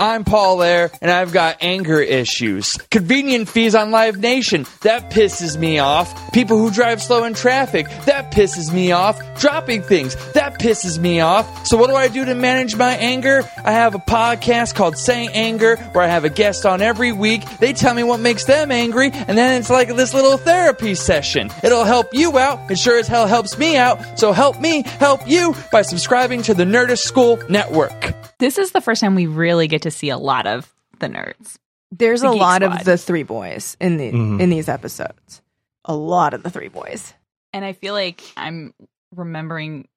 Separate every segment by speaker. Speaker 1: I'm Paul Air, and I've got anger issues. Convenient fees on Live Nation, that pisses me off. People who drive slow in traffic, that pisses me off. Dropping things, that pisses me off. So, what do I do to manage my anger? I have a podcast called Say Anger, where I have a guest on every week. They tell me what makes them angry, and then it's like this little therapy session. It'll help you out. It sure as hell helps me out. So, help me help you by subscribing to the Nerdist School Network.
Speaker 2: This is the first time we really get to see a lot of the nerds.
Speaker 3: There's
Speaker 2: The
Speaker 3: a
Speaker 2: Geek
Speaker 3: lot
Speaker 2: Squad.
Speaker 3: of the three boys in the
Speaker 4: Mhm.
Speaker 3: in these episodes. A lot of the three boys.
Speaker 2: And I feel like I'm remembering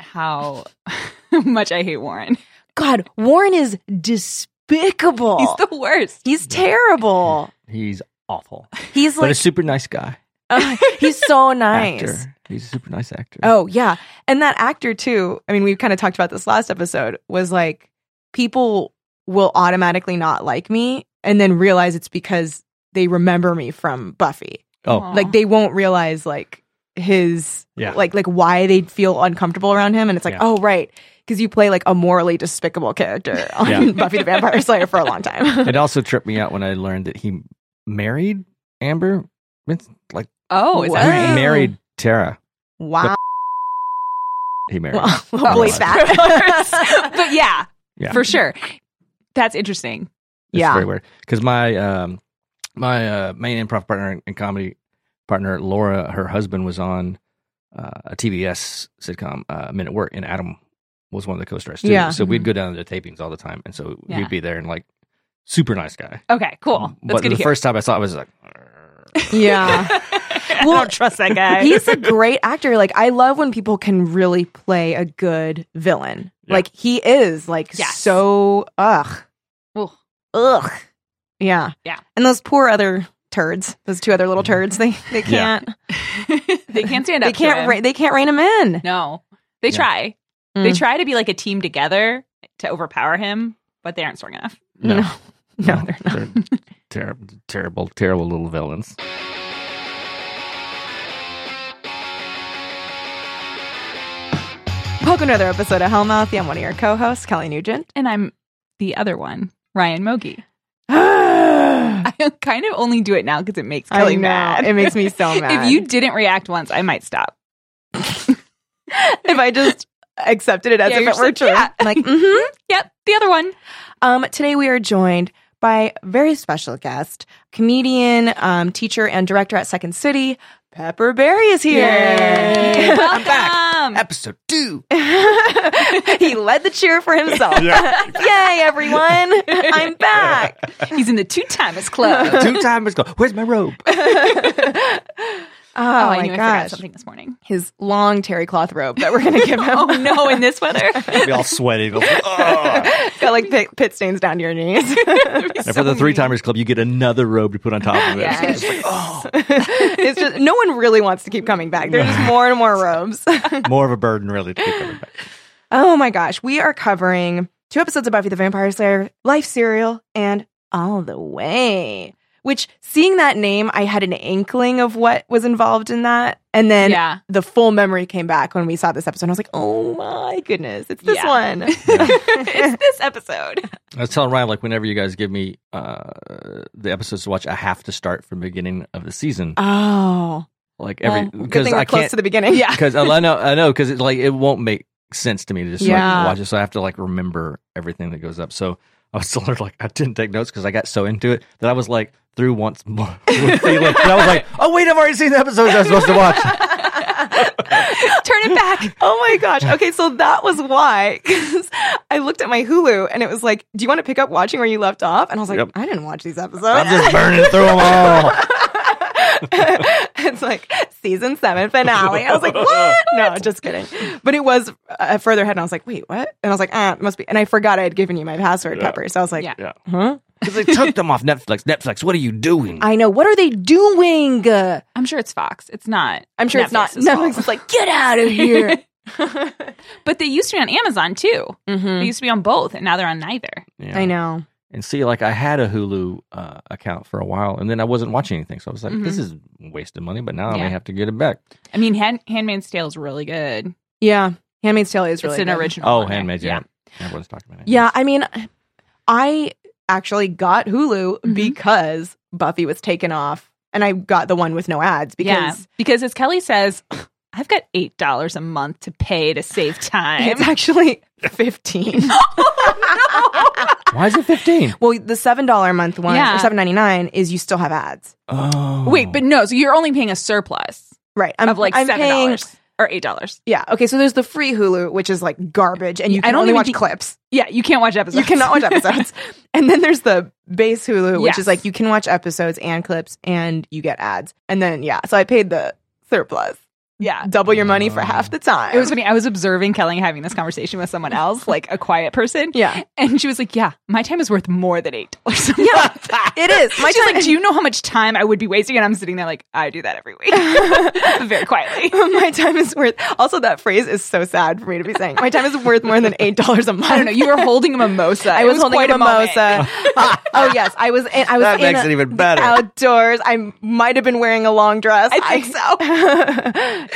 Speaker 2: how much I hate Warren.
Speaker 3: God, Warren is despicable.
Speaker 2: He's the worst.
Speaker 3: He's terrible.
Speaker 4: He's awful,
Speaker 3: He's
Speaker 4: but a
Speaker 3: like
Speaker 4: super nice guy.
Speaker 3: uh, he's so nice.
Speaker 4: Actor. He's a super nice actor.
Speaker 3: Oh yeah, and that actor too. I mean, we kind of talked about this last episode. Was like people will automatically not like me, and then realize it's because they remember me from Buffy.
Speaker 4: Oh,
Speaker 3: Like they won't realize like his
Speaker 4: Yeah.
Speaker 3: like like why they feel uncomfortable around him, and it's like
Speaker 4: Yeah.
Speaker 3: oh right because you play like a morally despicable character on
Speaker 4: Yeah.
Speaker 3: Buffy the Vampire Slayer for a long time.
Speaker 4: it also tripped me out when I learned that he married Amber. It's Like
Speaker 2: Oh, is that
Speaker 3: What?
Speaker 2: right?
Speaker 4: he married Tara.
Speaker 3: Wow,
Speaker 4: He married.
Speaker 3: well, we'll
Speaker 4: Oh,
Speaker 3: bleep
Speaker 4: that's
Speaker 3: that.
Speaker 2: but yeah,
Speaker 4: Yeah.
Speaker 2: for sure. That's interesting.
Speaker 4: It's
Speaker 3: Yeah.
Speaker 4: very weird. Because my um my uh, main improv partner and comedy partner Laura, her husband was on uh, a TBS sitcom, uh, Men at Work, and Adam was one of the co-stars too.
Speaker 3: Yeah.
Speaker 4: So we'd go down to the tapings all the time, and so
Speaker 2: Mm-hmm. Yeah.
Speaker 4: we'd be there and like super nice guy.
Speaker 2: Okay, cool. That's
Speaker 4: Mm, but
Speaker 2: good
Speaker 4: the
Speaker 2: to hear.
Speaker 4: first time I saw, it, I was like,
Speaker 3: yeah.
Speaker 2: I
Speaker 3: Well,
Speaker 2: don't trust that guy.
Speaker 3: He's a great actor. Like I love when people can really play a good villain.
Speaker 4: Yeah.
Speaker 3: Like he is like
Speaker 2: Yes.
Speaker 3: so ugh.
Speaker 2: Ugh.
Speaker 3: Ugh. Yeah.
Speaker 2: Yeah.
Speaker 3: And those poor other turds, those two other little turds, they they
Speaker 4: Mm-hmm. Yeah.
Speaker 3: can't
Speaker 2: they can't stand up.
Speaker 3: they
Speaker 2: To
Speaker 3: can't
Speaker 2: him.
Speaker 3: re- they can't rein him in.
Speaker 2: no, they
Speaker 4: Yeah.
Speaker 2: try. They
Speaker 3: Mm.
Speaker 2: try to be like a team together to overpower him, but they aren't strong enough.
Speaker 4: no,
Speaker 3: No. No, they're not.
Speaker 4: terrible, terrible, terrible little villains.
Speaker 3: Welcome to another episode of Hellmouth. I'm one of your co-hosts, Kelly Nugent.
Speaker 2: And I'm the other one, Ryan Mogi.
Speaker 3: I
Speaker 2: I kind of only do it now because it makes Kelly
Speaker 3: know.
Speaker 2: mad.
Speaker 3: It makes me so mad.
Speaker 2: if you didn't react once, I might stop.
Speaker 3: if I just accepted it as
Speaker 2: Yeah,
Speaker 3: if
Speaker 2: you're
Speaker 3: it were
Speaker 2: just
Speaker 3: true.
Speaker 2: like, yeah.
Speaker 3: I'm like, mm-hmm.
Speaker 2: Yep, the other one.
Speaker 3: Um, today we are joined by a very special guest, comedian, um, teacher, and director at Second City. Pepper Berry is here.
Speaker 2: Welcome.
Speaker 4: Episode two.
Speaker 3: he led the cheer for himself. Yay, everyone! I'm back.
Speaker 2: He's in the two timers club.
Speaker 4: Two times ago. Where's my robe?
Speaker 3: oh,
Speaker 2: Oh, I
Speaker 3: my
Speaker 2: knew I forgot
Speaker 3: gosh!
Speaker 2: something this morning.
Speaker 3: His long terry cloth robe that we're gonna give him.
Speaker 2: Oh no, in this weather.
Speaker 4: We all sweaty. Ugh.
Speaker 3: It's got like pit, pit stains down to your knees.
Speaker 4: And for the three timers club, you get another robe to put on top of it.
Speaker 2: Yeah.
Speaker 4: It's like, oh,
Speaker 3: it's just no one really wants to keep coming back. There's just more and more robes.
Speaker 4: more of a burden, really, to keep coming back.
Speaker 3: Oh my gosh, we are covering two episodes of Buffy the Vampire Slayer, Life Serial, and All the Way. Which, seeing that name, I had an inkling of what was involved in that. And then
Speaker 2: yeah.
Speaker 3: the full memory came back when we saw this episode. And I was like, oh my goodness, it's this
Speaker 2: Yeah.
Speaker 3: one.
Speaker 2: it's this episode.
Speaker 4: I was telling Ryan, like, whenever you guys give me uh, the episodes to watch, I have to start from the beginning of the season.
Speaker 3: Oh,
Speaker 4: Like,
Speaker 3: well,
Speaker 4: every,
Speaker 3: good
Speaker 4: because
Speaker 3: thing we're
Speaker 4: I
Speaker 3: close
Speaker 4: can't,
Speaker 3: to the beginning. Yeah.
Speaker 4: because I know, I know, because it, like, it won't make sense to me to just
Speaker 3: Yeah.
Speaker 4: like, watch it. So I have to, like, remember everything that goes up. So I was telling her, like, I didn't take notes because I got so into it that I was like, through once more with feeling. And I was like, oh, wait, I've already seen the episodes I was supposed to watch.
Speaker 2: Turn it back.
Speaker 3: Oh my gosh. Okay, so that was why. 'cause I looked at my Hulu and it was like, do you want to pick up watching where you left off? And I was like,
Speaker 4: Yep.
Speaker 3: I didn't watch these episodes.
Speaker 4: I'm just burning through them all.
Speaker 3: it's like season seven finale. I was like, what? No, just kidding. But it was uh, further ahead, and I was like, wait, what? And I was like, ah, it must be. And I forgot I had given you my password, Pepper. So I was like,
Speaker 2: Yeah.
Speaker 4: Yeah.
Speaker 3: huh?
Speaker 4: Because they took them off Netflix. Netflix, what are you doing?
Speaker 3: I know. What are they doing? Uh,
Speaker 2: I'm sure it's Fox. It's not.
Speaker 3: I'm sure it's not.
Speaker 2: Netflix's fault.
Speaker 3: Netflix is like, get out of here.
Speaker 2: But they used to be on Amazon too. They
Speaker 3: Mhm.
Speaker 2: used to be on both, and now they're on neither.
Speaker 4: Yeah.
Speaker 3: I know.
Speaker 4: And see, like I had a Hulu uh, account for a while, and then I wasn't watching anything, so I was like, "This is wasted money." But now I may
Speaker 2: Yeah.
Speaker 4: have to get it back.
Speaker 2: I mean, Hand- Handmaid's Tale is really good.
Speaker 3: Yeah. Handmaid's Tale is
Speaker 2: It's,
Speaker 3: really
Speaker 2: an
Speaker 3: good.
Speaker 2: original.
Speaker 4: Oh,
Speaker 2: one, right?
Speaker 4: Handmaid's
Speaker 2: Yeah.
Speaker 4: yeah. Everyone's talking about it.
Speaker 3: Yeah, I mean, I actually got Hulu
Speaker 2: Mhm.
Speaker 3: because Buffy was taken off, and I got the one with no ads because
Speaker 2: yeah, because as Kelly says, I've got eight dollars a month to pay to save time.
Speaker 3: it's actually fifteen. oh,
Speaker 4: Why is it fifteen?
Speaker 3: well, the seven dollar a month one
Speaker 2: Yeah.
Speaker 3: or seven ninety nine is you still have ads,
Speaker 4: Oh,
Speaker 2: Wait, but no, so you're only paying a surplus
Speaker 3: right? I'm
Speaker 2: of like
Speaker 3: I'm
Speaker 2: seven
Speaker 3: paying-
Speaker 2: dollars or eight dollars.
Speaker 3: Yeah. Okay. So there's the free Hulu, which is like garbage, and you
Speaker 2: I
Speaker 3: can
Speaker 2: don't
Speaker 3: only
Speaker 2: even
Speaker 3: watch
Speaker 2: think-
Speaker 3: clips.
Speaker 2: Yeah, you can't watch episodes.
Speaker 3: You cannot watch episodes. and then there's the base Hulu, which
Speaker 2: Yes.
Speaker 3: is like you can watch episodes and clips, and you get ads. And then yeah, so I paid the surplus,
Speaker 2: yeah,
Speaker 3: double your money for half the time.
Speaker 2: Oh. It was funny. I was observing Kelly having this conversation with someone else, like a quiet person.
Speaker 3: Yeah.
Speaker 2: And she was like, Yeah, my time is worth more than eight dollars.
Speaker 3: Yeah, it is. My
Speaker 2: She's
Speaker 3: time-
Speaker 2: like, Do you know how much time I would be wasting? And I'm sitting there like, I do that every week. Very quietly.
Speaker 3: my time is worth. Also, that phrase is so sad for me to be saying. My time is worth more than eight dollars a month.
Speaker 2: I don't know. You were holding a mimosa.
Speaker 3: I
Speaker 2: It
Speaker 3: was, holding
Speaker 2: quite
Speaker 3: a
Speaker 2: moment.
Speaker 3: mimosa. Ah, oh yes, I was. In, I was.
Speaker 4: That
Speaker 3: in
Speaker 4: makes
Speaker 3: a-
Speaker 4: it even better.
Speaker 3: Outdoors, I might have been wearing a long dress.
Speaker 2: I think
Speaker 3: so.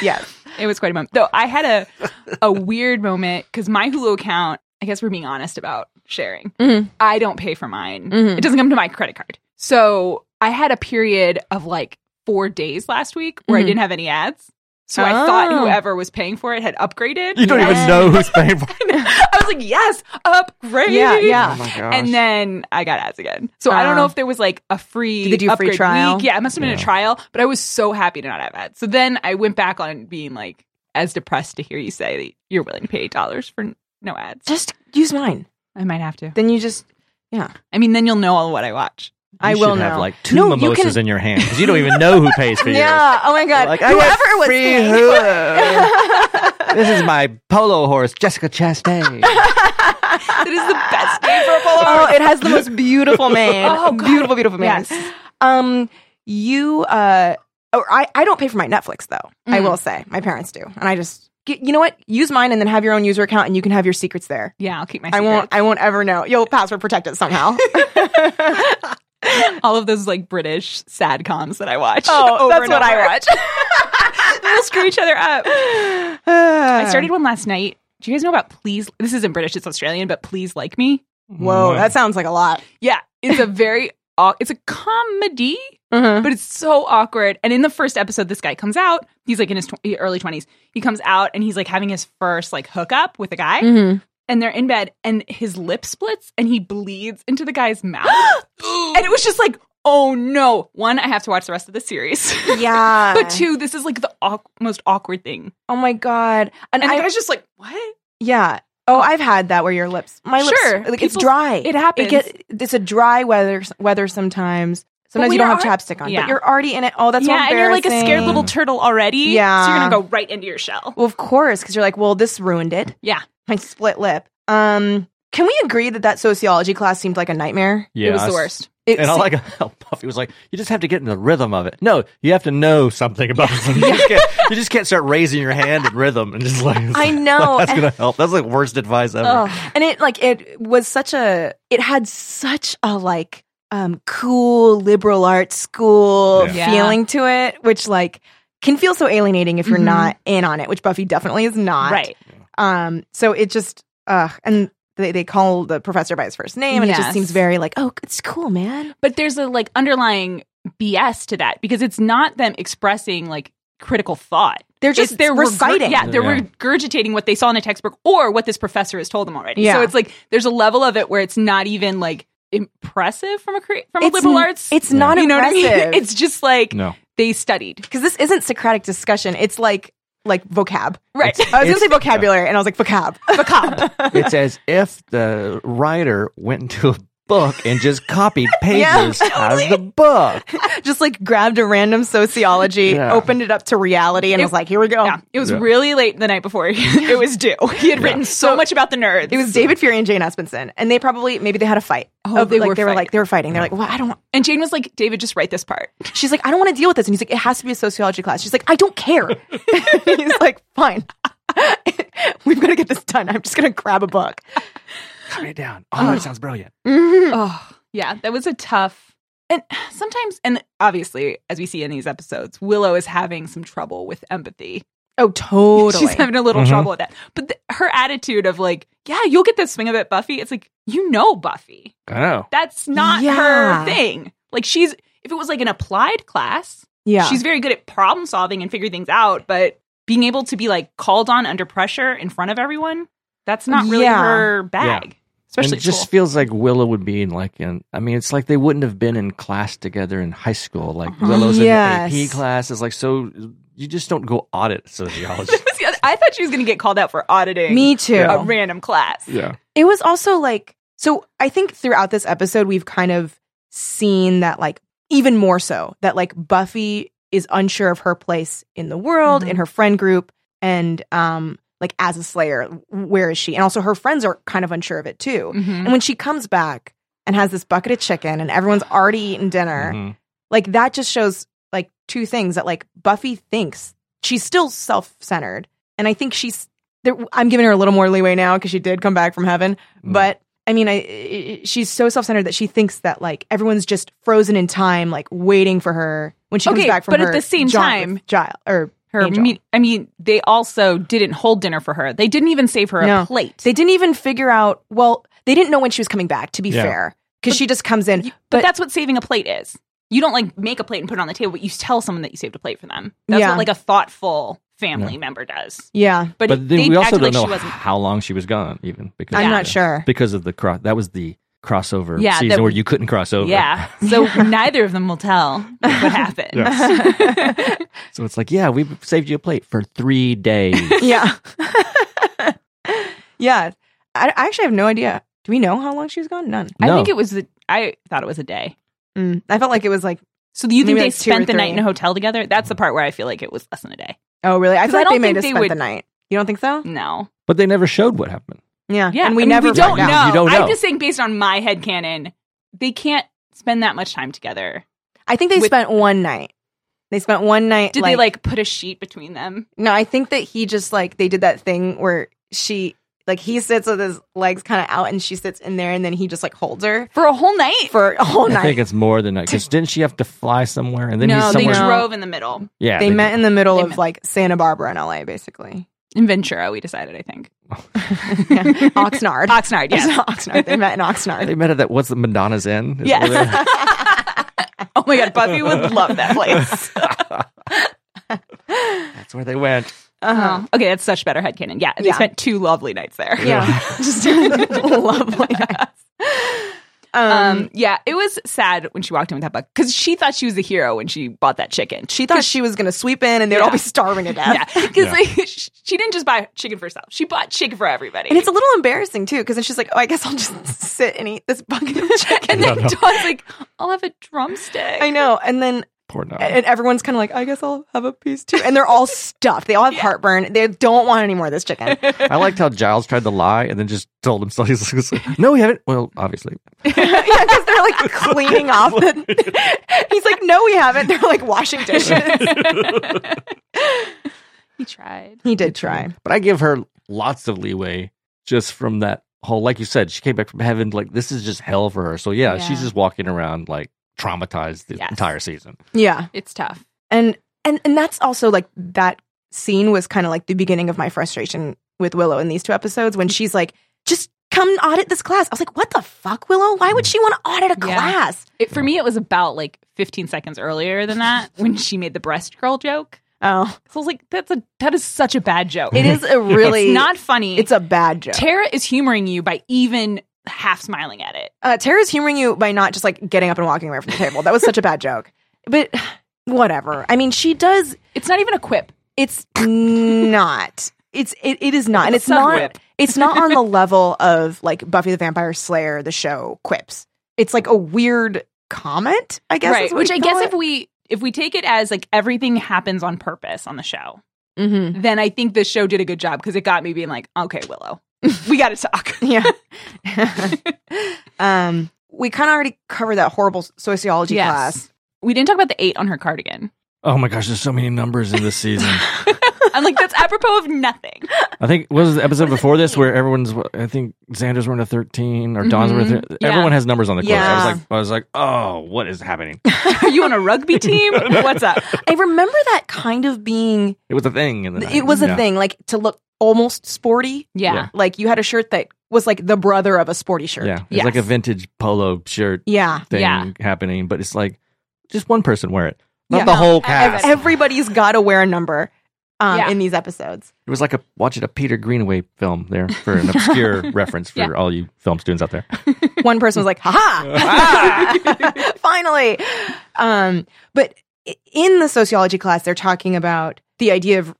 Speaker 3: yes.
Speaker 2: It was quite a moment. Though I had a a weird moment because my Hulu account, I guess we're being honest about sharing.
Speaker 3: Mm-hmm.
Speaker 2: I don't pay for mine.
Speaker 3: Mhm.
Speaker 2: It doesn't come to my credit card. So I had a period of like four days last week where
Speaker 3: Mhm.
Speaker 2: I didn't have any ads. So I
Speaker 3: Oh.
Speaker 2: thought whoever was paying for it had upgraded.
Speaker 4: you don't even
Speaker 3: Yes.
Speaker 4: know who's paying for. it.
Speaker 2: I was like, yes, upgrade.
Speaker 3: Yeah,
Speaker 4: Oh
Speaker 3: yeah.
Speaker 4: my gosh!
Speaker 2: And then I got ads again. So I don't
Speaker 3: Oh.
Speaker 2: know if there was like a free
Speaker 3: Did they do a free
Speaker 2: upgrade
Speaker 3: trial?
Speaker 2: week. Yeah, it must have been
Speaker 4: Yeah.
Speaker 2: a trial, but I was so happy to not have ads. So then I went back on being like as depressed to hear you say that you're willing to pay eight dollars for n- no ads.
Speaker 3: Just use mine.
Speaker 2: I might have to.
Speaker 3: Then you just.
Speaker 2: I mean, then you'll know all what I watch.
Speaker 3: I
Speaker 4: You
Speaker 3: will
Speaker 4: should have
Speaker 3: know.
Speaker 4: like two
Speaker 3: No, you
Speaker 4: mimosas
Speaker 3: can-
Speaker 4: in your hand because you don't even know who pays for yours.
Speaker 3: Yeah. Oh my god.
Speaker 4: Like, I
Speaker 3: Whoever
Speaker 4: got
Speaker 3: was
Speaker 4: free
Speaker 3: paying-
Speaker 4: Hulu. this is my polo horse, Jessica Chastain.
Speaker 2: That is the best day for a polar
Speaker 3: Oh, it has the most beautiful mane.
Speaker 2: Oh, God.
Speaker 3: beautiful, beautiful mane.
Speaker 2: Yes.
Speaker 3: Um, you uh, or I, I don't pay for my Netflix though. I
Speaker 2: Mm.
Speaker 3: will say my parents do, and I just get, you know what? Use mine and then have your own user account, and you can have your secrets there.
Speaker 2: Yeah, I'll keep my.
Speaker 3: I
Speaker 2: secret.
Speaker 3: won't. I won't ever know. You'll password protect it somehow.
Speaker 2: all of those like British sad coms that I watch.
Speaker 3: Oh, that's what I
Speaker 2: watch. They'll screw each other up. I started one last night. Do you guys know about please? This isn't British; it's Australian. But please like me.
Speaker 3: Whoa, that sounds like a lot.
Speaker 2: Yeah, it's a very au- it's a comedy,
Speaker 3: Mhm.
Speaker 2: but it's so awkward. And in the first episode, this guy comes out. He's like in his tw- early twenties. He comes out and he's like having his first like hookup with a guy,
Speaker 3: Mm-hmm.
Speaker 2: and they're in bed, and his lip splits, and he bleeds into the guy's mouth, and it was just like. Oh no! One, I have to watch the rest of the series.
Speaker 3: Yeah,
Speaker 2: But two, this is like the au- most awkward thing.
Speaker 3: Oh my god.
Speaker 2: And
Speaker 3: And,
Speaker 2: the
Speaker 3: I,
Speaker 2: guy's just like, what?
Speaker 3: yeah. Oh, I've had that where your lips, my lips,
Speaker 2: Sure.
Speaker 3: like, it's
Speaker 2: People's-
Speaker 3: dry.
Speaker 2: it happens.
Speaker 3: get- it's a dry weather. Weather sometimes. Sometimes
Speaker 2: we
Speaker 3: you don't have
Speaker 2: are-
Speaker 3: chapstick on,
Speaker 2: yeah.
Speaker 3: but you're already in it. Oh, that's so
Speaker 2: yeah, and you're like a scared
Speaker 3: embarrassing.
Speaker 2: little turtle already.
Speaker 3: Yeah.
Speaker 2: So you're going to go right into your shell.
Speaker 3: Well, of course, because you're like, well, this ruined it.
Speaker 2: Yeah.
Speaker 3: My split lip. Um, can we agree that that sociology class seemed like a nightmare?
Speaker 4: Yeah,
Speaker 2: it was
Speaker 4: I
Speaker 2: the
Speaker 4: s-
Speaker 2: worst.
Speaker 3: It
Speaker 4: And I
Speaker 3: se-
Speaker 4: like how Buffy was like, you just have to get in the rhythm of it. No, you have to know something about it. You just, can't, you just can't start raising your hand in rhythm and just like,
Speaker 3: I know.
Speaker 4: that's going to help. That's like worst advice ever.
Speaker 3: Ugh. Oh. and it like it was such a it had such a like um cool liberal arts school
Speaker 4: Yeah.
Speaker 2: Yeah.
Speaker 3: feeling to it, which like can feel so alienating if you're
Speaker 2: Mhm.
Speaker 3: not in on it, which Buffy definitely is not.
Speaker 2: Right.
Speaker 3: Um. So it just ugh, and they they call the professor by his first name, and it just
Speaker 2: Yes.
Speaker 3: seems very like oh, it's cool, man.
Speaker 2: But there's a like underlying BS to that because it's not them expressing like critical thought.
Speaker 3: They're just
Speaker 2: It's they're regurg-
Speaker 3: reciting.
Speaker 2: yeah, they're
Speaker 4: Yeah.
Speaker 2: regurgitating what they saw in a textbook or what this professor has told them already.
Speaker 3: Yeah.
Speaker 2: So it's like there's a level of it where it's not even like impressive from a cre- from a
Speaker 3: It's
Speaker 2: liberal
Speaker 3: n-
Speaker 2: arts.
Speaker 3: It's not
Speaker 2: you know what I
Speaker 3: impressive.
Speaker 2: mean? It's just like
Speaker 4: No.
Speaker 2: they studied.
Speaker 3: because this isn't Socratic discussion. It's like like vocab.
Speaker 2: Right.
Speaker 3: I was gonna
Speaker 4: It's-
Speaker 3: say vocabulary, and I was like vocab, vocab.
Speaker 4: It's as if the writer went into a book and just copied
Speaker 3: Yeah,
Speaker 4: pages out of the book.
Speaker 3: Just like grabbed a random sociology,
Speaker 4: Yeah.
Speaker 3: opened it up to reality, and
Speaker 2: It-
Speaker 3: was like, here we go.
Speaker 2: Yeah, it was
Speaker 4: Yeah.
Speaker 2: really late the night before it was due. He had written so, much about the nerds.
Speaker 3: It was David Fury and Jane Espenson, and they probably maybe they had a fight.
Speaker 2: Oh, they
Speaker 3: like,
Speaker 2: were
Speaker 3: they were like
Speaker 2: fighting.
Speaker 3: they were fighting. They're like, well, I don't. want
Speaker 2: and Jane was like, "David, just write this part."
Speaker 3: She's like, I don't want to deal with this, and he's like, it has to be a sociology class. She's like, I don't care. he's like, fine. We've got to get this done. I'm just gonna grab a book.
Speaker 4: Cut it down. Oh, it sounds brilliant.
Speaker 3: Mhm.
Speaker 2: Oh, yeah, that was a tough. And sometimes, and obviously, as we see in these episodes, Willow is having some trouble with empathy.
Speaker 3: Oh, totally.
Speaker 2: She's having a little
Speaker 4: Mhm.
Speaker 2: trouble with that. But th- her attitude of like, yeah, you'll get the swing of it, Buffy. It's like, you know, Buffy,
Speaker 4: I know.
Speaker 2: that's not
Speaker 3: Yeah.
Speaker 2: her thing. Like, she's, if it was like an applied class,
Speaker 3: yeah.
Speaker 2: she's very good at problem solving and figuring things out. But being able to be like called on under pressure in front of everyone, that's not really
Speaker 3: Yeah.
Speaker 2: her bag. Especially
Speaker 4: and it just feels like Willow would be in like in. I mean, it's like they wouldn't have been in class together in high school. Like
Speaker 2: Uh-huh.
Speaker 4: Willow's
Speaker 3: Yes.
Speaker 4: in AP class is like so. You just don't go audit sociology.
Speaker 2: school. I thought she was going to get called out for auditing.
Speaker 3: Me too.
Speaker 2: a random class.
Speaker 4: yeah.
Speaker 3: It was also like so I think throughout this episode we've kind of seen that like even more so that like Buffy is unsure of her place in the world in her friend group and um like as a slayer where is she and also her friends are kind of unsure of it too.
Speaker 2: Mm-hmm.
Speaker 4: Mm-hmm.
Speaker 3: And when she comes back and has this bucket of chicken and everyone's already eaten dinner
Speaker 4: Mhm.
Speaker 3: like that just shows like two things that like buffy thinks she's still self-centered and i think she's there, i'm giving her a little more leeway now because she did come back from heaven
Speaker 4: Mm.
Speaker 3: but i mean I, I- she's so self-centered that she thinks that like everyone's just frozen in time like waiting for her when she
Speaker 2: Okay,
Speaker 3: comes back from
Speaker 2: but at
Speaker 3: her
Speaker 2: the same
Speaker 3: jaunt with
Speaker 2: time-
Speaker 3: Giles, or
Speaker 2: her
Speaker 3: Angel.
Speaker 2: meet, I mean, they also didn't hold dinner for her. They didn't even save her
Speaker 3: No.
Speaker 2: a plate.
Speaker 3: they didn't even figure out well they didn't know when she was coming back to be
Speaker 4: Yeah.
Speaker 3: fair because she just comes in
Speaker 2: You- but,
Speaker 3: but-
Speaker 2: that's what saving a plate is. You don't like make a plate and put it on the table, but you tell someone that you saved a plate for them. That's
Speaker 3: Yeah.
Speaker 2: what like a thoughtful family
Speaker 4: Yeah.
Speaker 2: member does.
Speaker 3: yeah
Speaker 2: But,
Speaker 4: But
Speaker 2: they
Speaker 4: then we also
Speaker 2: acted
Speaker 4: don't
Speaker 2: like she
Speaker 4: know
Speaker 2: wasn't.
Speaker 4: how long she was gone, even because
Speaker 3: i'm
Speaker 4: of
Speaker 3: not
Speaker 4: the-
Speaker 3: sure
Speaker 4: because of the cross. That was the crossover
Speaker 2: Yeah,
Speaker 4: season
Speaker 2: that-
Speaker 4: where you couldn't cross over.
Speaker 2: Yeah. So neither of them will tell what happened.
Speaker 4: So it's like, yeah, we saved you a plate for three days.
Speaker 3: yeah. yeah. I, I actually have no idea. Do we know how long she was gone? None.
Speaker 2: I
Speaker 4: No.
Speaker 2: think it was the, I thought it was a day.
Speaker 3: Mm. I felt like it was like,
Speaker 2: So do you think
Speaker 3: Maybe
Speaker 2: they
Speaker 3: like two or
Speaker 2: spent the night
Speaker 3: three.
Speaker 2: in a hotel together? That's the part where I feel like it was less than a day.
Speaker 3: oh, really? I
Speaker 2: 'Cause
Speaker 3: feel
Speaker 2: I
Speaker 3: like they
Speaker 2: don't
Speaker 3: may
Speaker 2: think
Speaker 3: have
Speaker 2: they
Speaker 3: spent the
Speaker 2: would-
Speaker 3: night. You don't think so?
Speaker 2: No.
Speaker 4: but they never showed what happened.
Speaker 3: Yeah.
Speaker 2: Yeah.
Speaker 3: And we
Speaker 2: I mean,
Speaker 3: never
Speaker 2: we don't
Speaker 3: find out.
Speaker 2: know.
Speaker 4: You don't know.
Speaker 2: I'm just saying based on my head canon, they can't spend that much time together.
Speaker 3: I think they
Speaker 2: With-
Speaker 3: spent one night. They spent one night.
Speaker 2: Did they like put a sheet between them?
Speaker 3: No, I think that he just like, they did that thing where she, like, he sits with his legs kind of out and she sits in there and then he just like holds her
Speaker 2: For a whole night?
Speaker 3: for a whole
Speaker 4: I think
Speaker 3: night.
Speaker 4: it's more than that. Because didn't she have to fly somewhere and then
Speaker 2: no,
Speaker 4: he's
Speaker 2: they
Speaker 4: somewhere?
Speaker 3: No.
Speaker 2: drove in the middle.
Speaker 4: yeah,
Speaker 3: They met in the middle
Speaker 2: They
Speaker 3: of
Speaker 2: met-
Speaker 3: like Santa Barbara in LA, basically.
Speaker 2: In Ventura, we decided, I think.
Speaker 3: Yeah. Oxnard.
Speaker 2: Oxnard, yes.
Speaker 3: Oxnard. They met in Oxnard.
Speaker 4: They met at that. What's the Madonna's Inn? Is
Speaker 2: Yes.
Speaker 4: where they're-
Speaker 2: oh my God, Buffy would love that place.
Speaker 4: That's where they went.
Speaker 3: Uh-huh.
Speaker 2: Oh, okay, that's such better headcanon. Yeah, they
Speaker 3: Yeah.
Speaker 2: spent two lovely nights there.
Speaker 3: Yeah. Just lovely. Um,
Speaker 2: Um, yeah, it was sad when she walked in with that buck because she thought she was a hero when she bought that chicken.
Speaker 3: she thought she was going to sweep in and they'd all
Speaker 2: Yeah.
Speaker 3: be starving to death.
Speaker 2: yeah, because
Speaker 4: Yeah.
Speaker 2: like she didn't just buy chicken for herself; she bought chicken for everybody.
Speaker 3: And it's a little embarrassing too, because then she's like, "Oh, I guess I'll just sit and eat this bucket of chicken."
Speaker 2: and
Speaker 5: No,
Speaker 2: then
Speaker 5: no.
Speaker 2: Dawn's like, "I'll have a drumstick."
Speaker 3: I know. And then
Speaker 4: Poor Donna.
Speaker 3: and everyone's kind of like, "I guess I'll have a piece too." And they're all stuffed. They all have heartburn. They don't want any more of this chicken.
Speaker 4: I liked how Giles tried to lie and then just told himself he's like, "No, we haven't." Well, obviously,
Speaker 3: yeah, because they're like cleaning off the. He's like, "No, we haven't." They're like washing dishes.
Speaker 2: He tried.
Speaker 3: He did try.
Speaker 4: But I give her lots of leeway just from that whole, like you said, she came back from heaven. Like this is just hell for her. So yeah,
Speaker 2: Yeah.
Speaker 4: she's just walking around like traumatized the
Speaker 2: Yes.
Speaker 4: entire season.
Speaker 3: Yeah.
Speaker 2: It's tough.
Speaker 3: and and and that's also like that scene was kind of like the beginning of my frustration with Willow in these two episodes when she's like, just come audit this class. I was like, what the fuck, Willow? Why would she want to audit a
Speaker 2: Yeah.
Speaker 3: class?
Speaker 2: It, for me, it was about like 15 seconds earlier than that when she made the breast girl joke.
Speaker 3: Oh,
Speaker 2: So I was like, "That's a that is such a bad joke.
Speaker 3: it is a really
Speaker 2: It's not funny.
Speaker 3: It's a bad joke.
Speaker 2: Tara is humoring you by even half smiling at it.
Speaker 3: uh, Tara's humoring you by not just like getting up and walking away from the table. That was such a bad joke, but whatever. I mean, she does.
Speaker 2: It's not even a quip.
Speaker 3: It's not. It's it, it is not, and it's
Speaker 2: Sub
Speaker 3: not.
Speaker 2: whip.
Speaker 3: it's not on the level of like Buffy the Vampire Slayer, the show quips. It's like a weird comment, I guess.
Speaker 2: right. Which I guess if we if we take it as like everything happens on purpose on the show,
Speaker 3: mm-hmm.
Speaker 2: then I think this show did a good job because it got me being like, okay, Willow, we got to talk.
Speaker 3: Mm-hmm. yeah, um, we kind of already covered that horrible sociology class.
Speaker 2: We didn't talk about the eight on her cardigan.
Speaker 4: Oh my gosh, there's so many numbers in this season.
Speaker 2: I'm like, that's apropos of nothing.
Speaker 4: I think what was the episode before this where everyone's. I think Xander's were in a thirteen or Don's were. In a thir-
Speaker 2: Yeah.
Speaker 4: Everyone has numbers on the quiz. I
Speaker 3: Yeah.
Speaker 4: was like, I was like, oh, what is happening?
Speaker 2: Are you on a rugby team? What's up?
Speaker 3: I remember that kind of being
Speaker 4: It was a thing. In the
Speaker 3: it was a
Speaker 4: 90s.
Speaker 3: thing, like to look almost sporty.
Speaker 2: Yeah.
Speaker 4: Yeah.
Speaker 3: Like you had a shirt that was like the brother of a sporty shirt.
Speaker 4: Yeah, it's
Speaker 2: Yes.
Speaker 4: like a vintage polo shirt
Speaker 3: Yeah.
Speaker 4: thing
Speaker 2: Yeah.
Speaker 4: happening, but it's like just one person wear it, not
Speaker 3: Yeah.
Speaker 4: the whole
Speaker 2: No,
Speaker 4: cast.
Speaker 2: everybody.
Speaker 3: Everybody's got to wear a number um,
Speaker 2: Yeah.
Speaker 3: in these episodes.
Speaker 4: It was like a watching a Peter Greenaway film there for an obscure reference for
Speaker 2: Yeah.
Speaker 4: all you film students out there.
Speaker 3: One person was like, "Ha! Finally." Um, but i- in the sociology class, they're talking about the idea of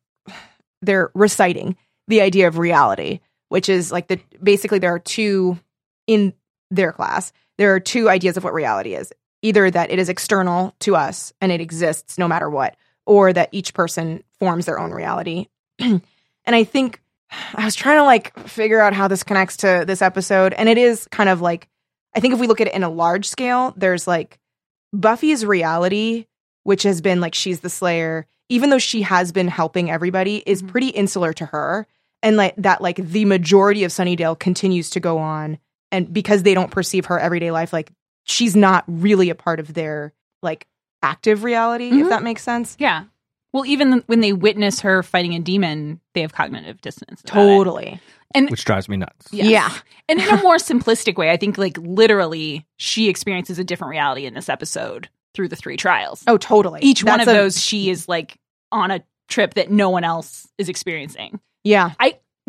Speaker 3: they're reciting the idea of reality, which is like the basically there are two in their class. There are two ideas of what reality is: either that it is external to us and it exists no matter what, or that each person forms their own reality. and I think I was trying to like figure out how this connects to this episode, and it is kind of like I think if we look at it in a large scale, there's like Buffy's reality, which has been like she's the Slayer, even though she has been helping everybody, is
Speaker 2: Mhm.
Speaker 3: pretty insular to her. And like that, like the majority of Sunnydale continues to go on. And because they don't perceive her everyday life, like she's not really a part of their like active reality, if
Speaker 2: Mhm.
Speaker 3: that makes sense.
Speaker 2: Yeah. Well, even when they witness her fighting a demon, they have cognitive dissonance. about it.
Speaker 3: Totally.
Speaker 4: which drives me nuts.
Speaker 2: Yes. And in a more simplistic way, I think like literally she experiences a different reality in this episode through the three trials.
Speaker 3: Oh, totally.
Speaker 2: Each one of
Speaker 3: That's a-
Speaker 2: those, she is like on a trip that no one else is experiencing.
Speaker 3: Yeah.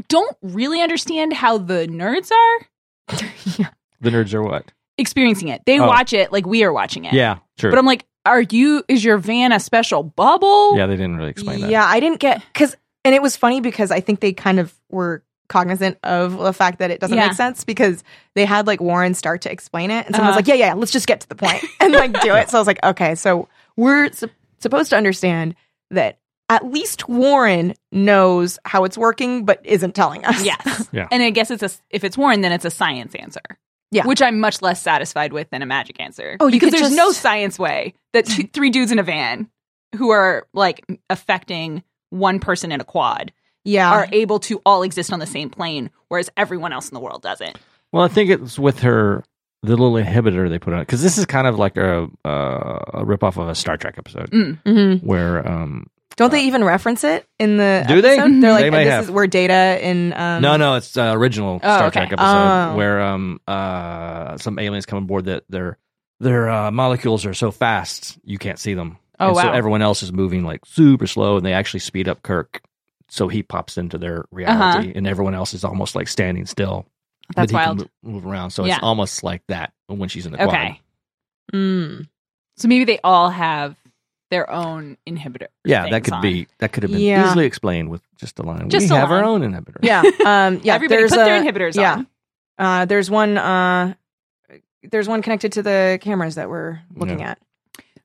Speaker 2: Don't really understand how the nerds are
Speaker 4: The nerds are what?
Speaker 2: experiencing it. They
Speaker 4: Oh.
Speaker 2: watch it like we are watching it.
Speaker 4: Yeah, sure.
Speaker 2: But I'm like, are you, is your van a special bubble?
Speaker 4: yeah, they didn't really explain that.
Speaker 3: Yeah, I didn't get because, and it was funny because I think they kind of were cognizant of the fact that it doesn't
Speaker 2: Yeah.
Speaker 3: make sense because they had like Warren start to explain it, and someone was
Speaker 2: Uh-huh.
Speaker 3: like, "Yeah, yeah, let's just get to the point and like do it." So I was like, "Okay, so we're sup- supposed to understand that." At least Warren knows how it's working, but isn't telling us.
Speaker 2: Yes.
Speaker 4: Yeah.
Speaker 2: And I guess it's a if it's Warren, then it's a science answer.
Speaker 3: Yeah.
Speaker 2: Which I'm much less satisfied with than a magic answer.
Speaker 3: Oh, you
Speaker 2: because
Speaker 3: could
Speaker 2: there's
Speaker 3: just-
Speaker 2: no science way that two, three dudes in a van who are like affecting one person in a quad
Speaker 3: Yeah.
Speaker 2: are able to all exist on the same plane, whereas everyone else in the world doesn't.
Speaker 4: Well, I think it's with her the little inhibitor they put on because this is kind of like a uh, a ripoff of a Star Trek episode
Speaker 2: Mm.
Speaker 3: Mhm.
Speaker 4: where um
Speaker 3: Don't they even reference it in the?
Speaker 4: Do they?
Speaker 3: episode? They're
Speaker 4: They
Speaker 3: like,
Speaker 4: may
Speaker 3: "This
Speaker 4: have.
Speaker 3: is where data in." Um,
Speaker 4: no no it's uh, original
Speaker 2: Oh,
Speaker 4: Star
Speaker 2: okay.
Speaker 4: Trek episode
Speaker 3: Oh.
Speaker 4: where um uh some aliens come aboard that their their uh, molecules are so fast you can't see them.
Speaker 2: Oh,
Speaker 4: and So
Speaker 2: wow.
Speaker 4: everyone else is moving like super slow, and they actually speed up Kirk. So he pops into their reality, and everyone else is almost like standing still.
Speaker 2: Uh-huh.
Speaker 4: but
Speaker 2: That's
Speaker 4: he
Speaker 2: wild.
Speaker 4: Can mo- move around, so
Speaker 2: Yeah.
Speaker 4: it's almost like that when she's in the quad.
Speaker 2: Okay. Hmm.
Speaker 3: Mm.
Speaker 2: So maybe they all have their own inhibitor.
Speaker 4: Yeah, that
Speaker 2: things
Speaker 4: could
Speaker 2: on.
Speaker 4: be that could have been
Speaker 3: Yeah.
Speaker 4: easily explained with just a line.
Speaker 2: Just
Speaker 4: we
Speaker 2: a
Speaker 4: have our own
Speaker 2: line.
Speaker 4: inhibitor.
Speaker 3: Yeah. Um, yeah.
Speaker 2: Everybody
Speaker 3: there's
Speaker 2: put their
Speaker 3: a-
Speaker 2: inhibitors
Speaker 3: yeah.
Speaker 2: on.
Speaker 3: Uh, there's one. Uh, there's one connected to the cameras that we're looking at.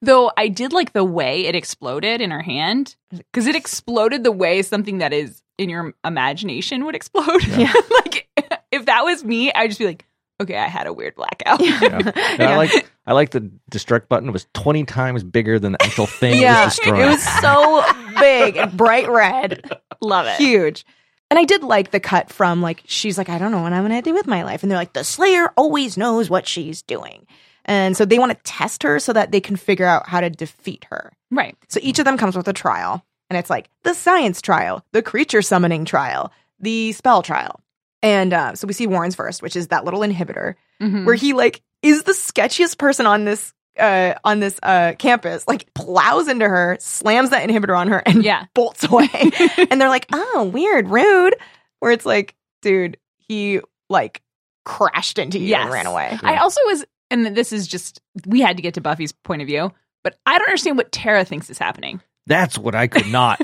Speaker 2: Though I did like the way it exploded in her hand because it exploded the way something that is in your imagination would explode.
Speaker 4: Yeah.
Speaker 2: like if that was me, I'd just be like, okay, I had a weird blackout.
Speaker 4: And I like I like the destruct button was twenty times bigger than the actual thing
Speaker 3: Yeah,
Speaker 4: it was destroying.
Speaker 3: It was so big and bright red,
Speaker 2: Love it.
Speaker 3: huge. And I did like the cut from like she's like I don't know what I'm gonna do with my life, and they're like the Slayer always knows what she's doing, and so they want to test her so that they can figure out how to defeat her.
Speaker 2: Right.
Speaker 3: So each of them comes with a trial, and it's like the science trial, the creature summoning trial, the spell trial. And uh, so we see Warren's first, which is that little inhibitor,
Speaker 2: Mhm.
Speaker 3: where he like is the sketchiest person on this uh, on this uh, campus, like plows into her, slams that inhibitor on her, and
Speaker 2: Yeah.
Speaker 3: bolts away. and they're like, "Oh, weird, rude." Where it's like, dude, he like crashed into you
Speaker 2: Yes.
Speaker 3: and ran away.
Speaker 2: I also was, and this is just, we had to get to Buffy's point of view, but I don't understand what Tara thinks is happening.
Speaker 4: That's what I could not.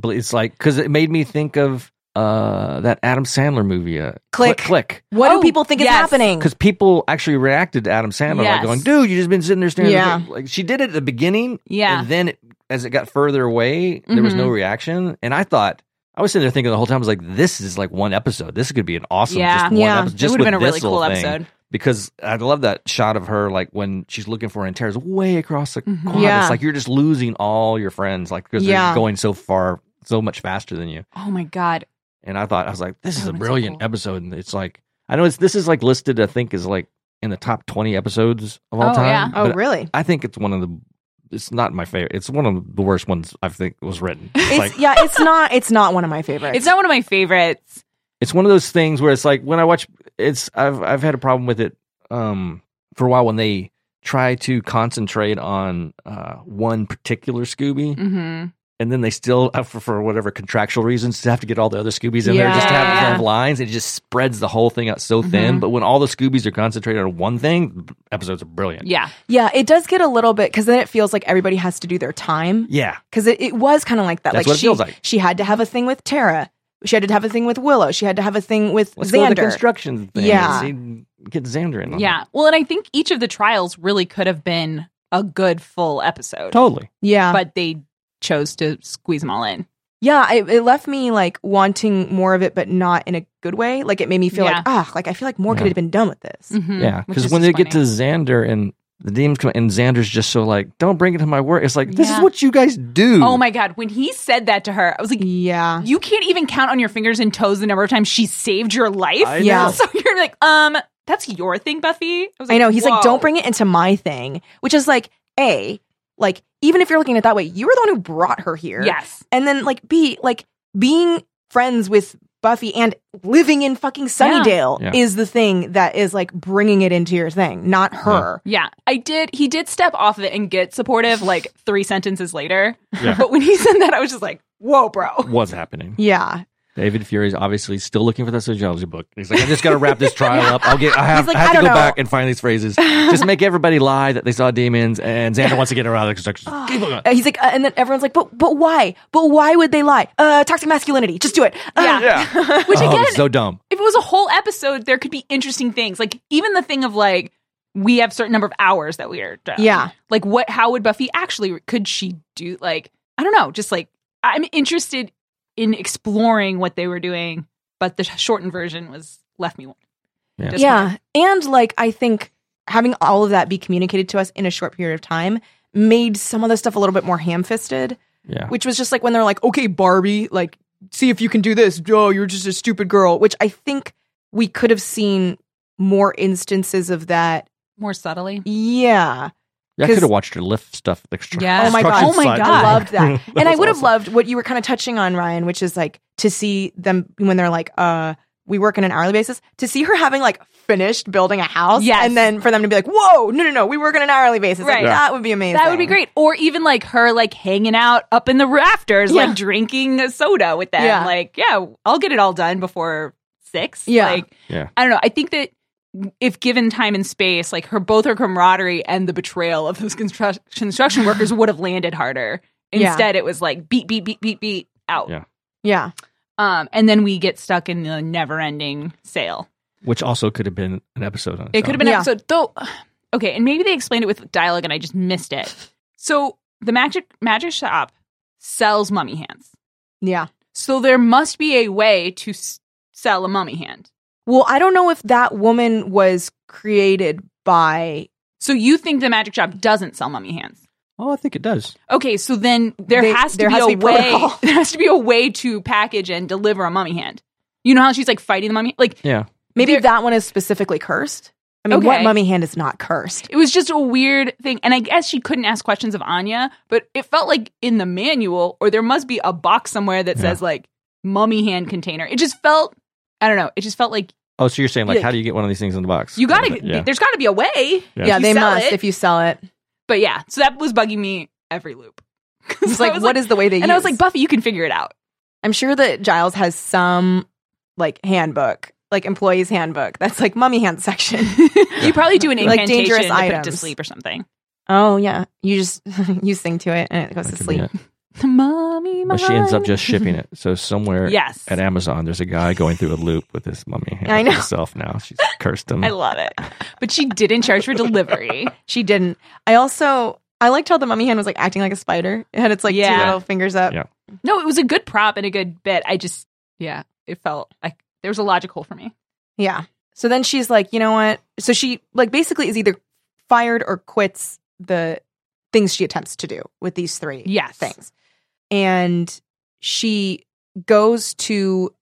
Speaker 4: believe. it's like because it made me think of uh that Adam Sandler movie, uh,
Speaker 3: Click.
Speaker 4: Click,
Speaker 3: What
Speaker 2: Oh,
Speaker 3: do people think
Speaker 2: yes.
Speaker 3: is happening?
Speaker 4: because people actually reacted to Adam Sandler like
Speaker 2: Yes.
Speaker 4: going, "Dude, you just been sitting there staring." at
Speaker 3: Yeah.
Speaker 4: the thing." like she did it at the beginning,
Speaker 2: Yeah. Mm-hmm.
Speaker 4: and then it, as it got further away, there was no reaction, and I thought. I was sitting there thinking the whole time. I was like, "This is like one episode. This could be an awesome,
Speaker 2: Yeah.
Speaker 4: just one
Speaker 3: Yeah.
Speaker 4: episode. Just
Speaker 2: it would
Speaker 4: with
Speaker 2: have been a
Speaker 4: this
Speaker 2: really cool
Speaker 4: little thing."
Speaker 2: episode.
Speaker 4: because I love that shot of her like when she's looking for her and Tara's way across the
Speaker 2: Mhm.
Speaker 4: quad.
Speaker 3: Mm-hmm. Yeah.
Speaker 4: It's like you're just losing all your friends, like because
Speaker 3: Yeah.
Speaker 4: they're going so far so much faster than you.
Speaker 2: Oh my god.
Speaker 4: And I thought I was like, this is
Speaker 2: Oh,
Speaker 4: a
Speaker 2: that's so
Speaker 4: brilliant
Speaker 2: cool.
Speaker 4: episode. And it's like I know it's this is like listed. I think is like in the top twenty episodes of all
Speaker 2: Oh,
Speaker 4: time.
Speaker 2: yeah.
Speaker 3: Oh,
Speaker 4: but
Speaker 3: really?
Speaker 4: I think it's one of the. It's not my favorite. It's one of the worst ones I think was written.
Speaker 3: It's,
Speaker 4: like
Speaker 3: yeah, it's not. It's not one of my favorites.
Speaker 2: It's not one of my favorites.
Speaker 4: it's one of those things where it's like when I watch it's I've I've had a problem with it um for a while when they try to concentrate on uh one particular Scooby
Speaker 2: Mm-hmm.
Speaker 4: and then they still uh, for, for whatever contractual reasons have to get all the other Scoobies in there just to have,
Speaker 2: Yeah.
Speaker 4: to have lines it just spreads the whole thing out so thin
Speaker 2: Mhm.
Speaker 4: but when all the Scoobies are concentrated on one thing episodes are brilliant
Speaker 2: Yeah.
Speaker 3: yeah, it does get a little bit because then it feels like everybody has to do their time.
Speaker 4: yeah
Speaker 3: because it, it was kind of like that. like
Speaker 4: That's what it
Speaker 3: she,
Speaker 4: feels like.
Speaker 3: she had to have a thing with Tara. She had to have a thing with Willow. She had to have a thing with
Speaker 4: let's go to the
Speaker 3: Xander.
Speaker 4: construction thing
Speaker 3: Yeah.
Speaker 4: and see, get Xander in on
Speaker 2: Yeah. Well, and I think each of the trials really could have been a good full episode,
Speaker 4: that. totally
Speaker 3: yeah,
Speaker 2: but they chose to squeeze them all in.
Speaker 3: yeah. It, it left me like wanting more of it, but not in a good way. Like it made me feel
Speaker 2: Yeah.
Speaker 3: like ah, like I feel like more
Speaker 4: Yeah.
Speaker 3: could have been done with this.
Speaker 2: Mm-hmm.
Speaker 4: Yeah, because when they get to Xander and the demons come, and Xander's just so like, don't bring it to my work. It's like this
Speaker 2: Yeah.
Speaker 4: is what you guys do.
Speaker 2: oh my god, when he said that to her, I was like,
Speaker 3: Yeah,
Speaker 2: you can't even count on your fingers and toes the number of times she saved your life.
Speaker 4: I
Speaker 3: Yeah.
Speaker 4: know.
Speaker 2: So you're like, um, that's your thing, Buffy. was
Speaker 3: I know. He's
Speaker 2: whoa.
Speaker 3: like, don't bring it into my thing, which is like a like even if you're looking at it that way, you were the one who brought her here.
Speaker 2: Yes.
Speaker 3: and then like B, like being friends with Buffy and living in fucking Sunnydale
Speaker 4: Yeah.
Speaker 3: is the thing that is like bringing it into your thing, not her.
Speaker 2: Yeah, I did. He did step off of it and get supportive like three sentences later.
Speaker 4: Yeah.
Speaker 2: But when he said that, I was just like, whoa, bro.
Speaker 4: What's happening?
Speaker 3: Yeah,
Speaker 4: David Fury's obviously still looking for that sociology book. He's like, I just got to wrap this trial up. I'll get. I have,
Speaker 3: like,
Speaker 4: I have
Speaker 3: "I
Speaker 4: to
Speaker 3: don't
Speaker 4: go
Speaker 3: know."
Speaker 4: back and find these phrases. Just make everybody lie that they saw demons, and Xander wants to get her out of the construction. Keep going.
Speaker 3: Uh, he's like, uh, and then everyone's like, but but why? But why would they lie? Uh, toxic masculinity. Just do it. Uh,
Speaker 4: yeah.
Speaker 2: Which
Speaker 4: oh,
Speaker 2: again,
Speaker 4: it's so dumb.
Speaker 2: if it was a whole episode, there could be interesting things. Like even the thing of like we have certain number of hours that we are done.
Speaker 3: Yeah.
Speaker 2: Like what? How would Buffy actually? Could she do like I don't know? Just like I'm interested in exploring what they were doing, but the shortened version was left me.
Speaker 4: Yeah.
Speaker 3: yeah. And like, I think having all of that be communicated to us in a short period of time made some of the stuff a little bit more ham-fisted.
Speaker 4: Yeah.
Speaker 3: which was just like when they're like, okay, Barbie, like, see if you can do this. Oh, you're just a stupid girl, which I think we could have seen more instances of that.
Speaker 2: more subtly.
Speaker 3: Yeah.
Speaker 4: Yeah, I
Speaker 3: 'cause-
Speaker 4: could have watched her lift stuff. At the
Speaker 2: Yeah.
Speaker 3: Oh my God.
Speaker 4: construction
Speaker 2: Oh my
Speaker 4: site.
Speaker 2: God.
Speaker 3: I loved that.
Speaker 4: That
Speaker 3: and I
Speaker 4: was
Speaker 3: would have
Speaker 4: awesome.
Speaker 3: loved what you were kind of touching on, Ryan, which is like to see them when they're like, uh, we work on an hourly basis to see her having like finished building a house
Speaker 2: Yes.
Speaker 3: and then for them to be like, whoa, no, no, no, we work on an hourly basis. Like,
Speaker 2: Right.
Speaker 4: Yeah.
Speaker 3: That would be amazing.
Speaker 2: That would be great. Or even like her like hanging out up in the rafters,
Speaker 3: Yeah.
Speaker 2: like drinking a soda with them.
Speaker 3: Yeah.
Speaker 2: Like, yeah, I'll get it all done before six.
Speaker 3: Yeah.
Speaker 2: Like
Speaker 4: Yeah.
Speaker 2: I don't know. I think that if given time and space, like her both her camaraderie and the betrayal of those constru- construction workers would have landed harder.
Speaker 3: Yeah.
Speaker 2: Instead it was like beat, beat, beat, beat, beat, out.
Speaker 4: Yeah.
Speaker 3: Yeah.
Speaker 2: Um, and then we get stuck in the never ending sale.
Speaker 4: Which also could have been an episode on. its
Speaker 2: It could
Speaker 4: own.
Speaker 2: have been
Speaker 3: Yeah.
Speaker 2: episode though. Okay, and maybe they explained it with dialogue, and I just missed it. So the magic magic shop sells mummy hands.
Speaker 3: Yeah.
Speaker 2: So there must be a way to s- sell a mummy hand.
Speaker 3: Well, I don't know if that woman was created by
Speaker 2: So you think the magic shop doesn't sell mummy hands?
Speaker 4: Oh, I think it does.
Speaker 2: Okay, so then there
Speaker 3: They-
Speaker 2: has to
Speaker 3: there
Speaker 2: be
Speaker 3: has
Speaker 2: a
Speaker 3: to be
Speaker 2: way.
Speaker 3: protocol.
Speaker 2: There has to be a way to package and deliver a mummy hand. You know how she's like fighting the mummy? Like
Speaker 4: Yeah.
Speaker 3: Maybe
Speaker 2: There-
Speaker 3: that one is specifically cursed. I mean, what
Speaker 2: Okay.
Speaker 3: mummy hand is not cursed?
Speaker 2: it was just a weird thing. And I guess she couldn't ask questions of Anya, but it felt like in the manual, or there must be a box somewhere that
Speaker 4: Yeah.
Speaker 2: says like mummy hand container. It just felt, I don't know, it just felt like
Speaker 4: Oh, so you're saying like,
Speaker 2: Like-
Speaker 4: how do you get one of these things in the box?
Speaker 2: you gotta,
Speaker 4: Yeah.
Speaker 2: there's gotta be a way.
Speaker 4: Yeah.
Speaker 3: Yeah,
Speaker 2: You
Speaker 3: they
Speaker 2: sell
Speaker 3: must
Speaker 2: it.
Speaker 3: if you sell it.
Speaker 2: But yeah, so that was bugging me every loop.
Speaker 3: It's like, what is the way they
Speaker 2: and I was like, Buffy, you can figure it out.
Speaker 3: I'm sure that Giles has some like handbook, like employee's handbook that's like mummy hand section.
Speaker 2: You probably do an
Speaker 3: Like
Speaker 2: incantation
Speaker 3: dangerous
Speaker 2: to put it to
Speaker 3: items.
Speaker 2: sleep or something.
Speaker 3: oh, yeah. You just you sing to it and it goes
Speaker 4: That
Speaker 3: to
Speaker 4: could be
Speaker 3: sleep.
Speaker 4: it.
Speaker 2: Mommy,
Speaker 4: But she ends up just shipping it. So somewhere
Speaker 2: Yes.
Speaker 4: at Amazon, there's a guy going through a loop with his mummy hand
Speaker 3: I know.
Speaker 4: himself now. She's cursed him.
Speaker 2: I love it. But she didn't charge for delivery.
Speaker 3: She didn't. I also I liked how the mummy hand was like acting like a spider. It had its like
Speaker 2: Yeah.
Speaker 3: two little fingers up.
Speaker 4: Yeah.
Speaker 2: No, it was a good prop and a good bit. I just, yeah, it felt like there was a logic hole for me.
Speaker 3: Yeah. So then she's like, you know what? So she like basically is either fired or quits the things she attempts to do with these three
Speaker 2: Yes.
Speaker 3: things. And she goes to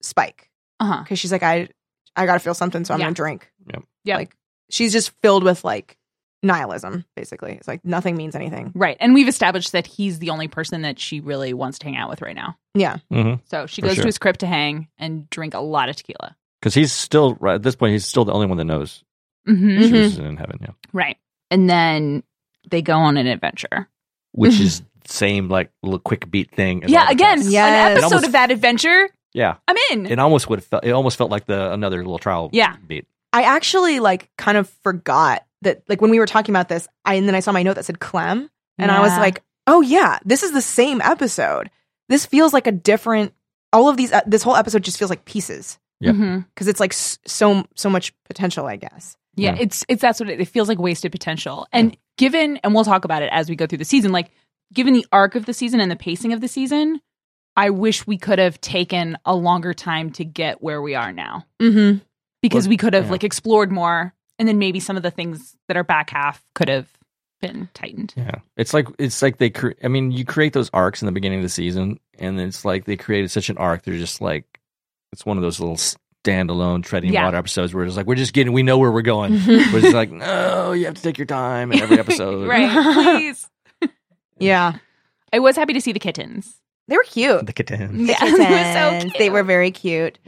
Speaker 3: Spike
Speaker 2: Uh huh.
Speaker 3: because she's like, I, I gotta feel something, so I'm
Speaker 2: Yeah.
Speaker 3: gonna drink.
Speaker 4: Yep.
Speaker 2: Yep.
Speaker 3: Like she's just filled with like nihilism. Basically, it's like nothing means anything.
Speaker 2: Right. And we've established that he's the only person that she really wants to hang out with right now.
Speaker 4: Mm-hmm.
Speaker 2: So she
Speaker 4: For
Speaker 2: goes
Speaker 4: sure.
Speaker 2: to his crib to hang and drink a lot of tequila.
Speaker 4: Because he's still right at this point. He's still the only one that knows
Speaker 2: hmm
Speaker 4: she was in heaven. Yeah,
Speaker 2: Right. And then they go on an adventure.
Speaker 4: which is same like little quick beat thing. as all
Speaker 2: Mm-hmm. yeah.
Speaker 4: the
Speaker 2: Again,
Speaker 4: tests.
Speaker 3: Yes.
Speaker 2: an
Speaker 4: It
Speaker 2: episode
Speaker 4: almost-
Speaker 2: of that adventure.
Speaker 4: yeah.
Speaker 2: I'm in.
Speaker 4: It almost would have felt. It almost felt like the another little trial.
Speaker 2: Yeah.
Speaker 4: beat.
Speaker 3: I actually like kind of forgot that like when we were talking about this, I and then I saw my note that said Clem, and I was
Speaker 2: Yeah.
Speaker 3: like, oh yeah, this is the same episode. This feels like a different. All of these, uh, this whole episode just feels like pieces
Speaker 4: Yep.
Speaker 2: Mhm.
Speaker 3: because it's like s- so so much potential, I guess.
Speaker 2: Yeah,
Speaker 4: Yeah.
Speaker 2: It's it's that's what it, it feels like wasted potential. And given, and we'll talk about it as we go through the season. Like given the arc of the season and the pacing of the season, I wish we could have taken a longer time to get where we are now
Speaker 3: Mm-hmm.
Speaker 2: because
Speaker 4: Well,
Speaker 2: we could have
Speaker 4: yeah.
Speaker 2: like explored more, and then maybe some of the things that are back half could have been tightened.
Speaker 4: Yeah, it's like it's like they. Cre- I mean, you create those arcs in the beginning of the season, and it's like they created such an arc. They're just like it's one of those little standalone treading
Speaker 2: Yeah.
Speaker 4: water episodes where it's like we're just getting. We know where we're going. We're just like, no, you have to take your time in every episode.
Speaker 2: right? Please.
Speaker 3: yeah,
Speaker 2: I was happy to see the kittens.
Speaker 3: they were cute.
Speaker 4: The kitten.
Speaker 2: Yeah,
Speaker 3: The
Speaker 2: they were so
Speaker 3: kittens.
Speaker 2: cute.
Speaker 3: They were very cute.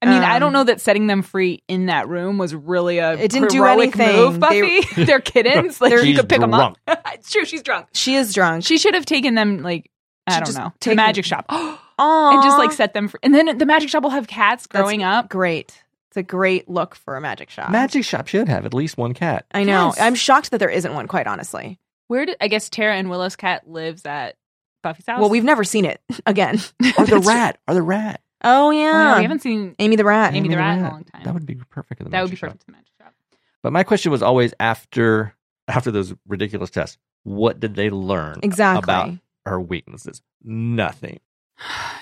Speaker 2: I mean, I don't
Speaker 3: Um,
Speaker 2: know that setting them free in that room was really a
Speaker 3: It didn't do
Speaker 2: heroic
Speaker 3: anything.
Speaker 2: Move,
Speaker 3: They-
Speaker 2: Buffy, they, are kittens. Like you
Speaker 4: She's
Speaker 2: could pick
Speaker 4: drunk.
Speaker 2: them up. it's true, she's drunk.
Speaker 3: She is drunk.
Speaker 2: She should have taken them like
Speaker 3: She
Speaker 2: I don't
Speaker 3: just
Speaker 2: know to
Speaker 3: take
Speaker 2: the
Speaker 3: them-
Speaker 2: magic shop and
Speaker 3: Aww.
Speaker 2: just like set them free. And then the magic shop will have cats
Speaker 3: That's
Speaker 2: growing up.
Speaker 3: great. It's a great look for a magic shop.
Speaker 4: Magic Shop should have at least one cat.
Speaker 3: I know.
Speaker 2: Yes.
Speaker 3: I'm shocked that there isn't one. Quite honestly.
Speaker 2: Where did I guess Tara and Willow's cat lives at Buffy's house?
Speaker 3: Well, we've never seen it again.
Speaker 4: Or the rat. Or the rat.
Speaker 3: Oh
Speaker 2: Oh, yeah,
Speaker 3: yeah,
Speaker 2: we haven't seen
Speaker 3: Amy the Rat.
Speaker 2: Amy,
Speaker 4: Amy
Speaker 2: the
Speaker 4: the
Speaker 2: Rat in a
Speaker 4: Rat.
Speaker 2: long time.
Speaker 4: That would be perfect. At the
Speaker 2: That would be
Speaker 4: Magic Shop.
Speaker 2: perfect to the magic shop.
Speaker 4: But my question was always after after those ridiculous tests, what did they learn
Speaker 3: Exactly.
Speaker 4: about her weaknesses? Nothing.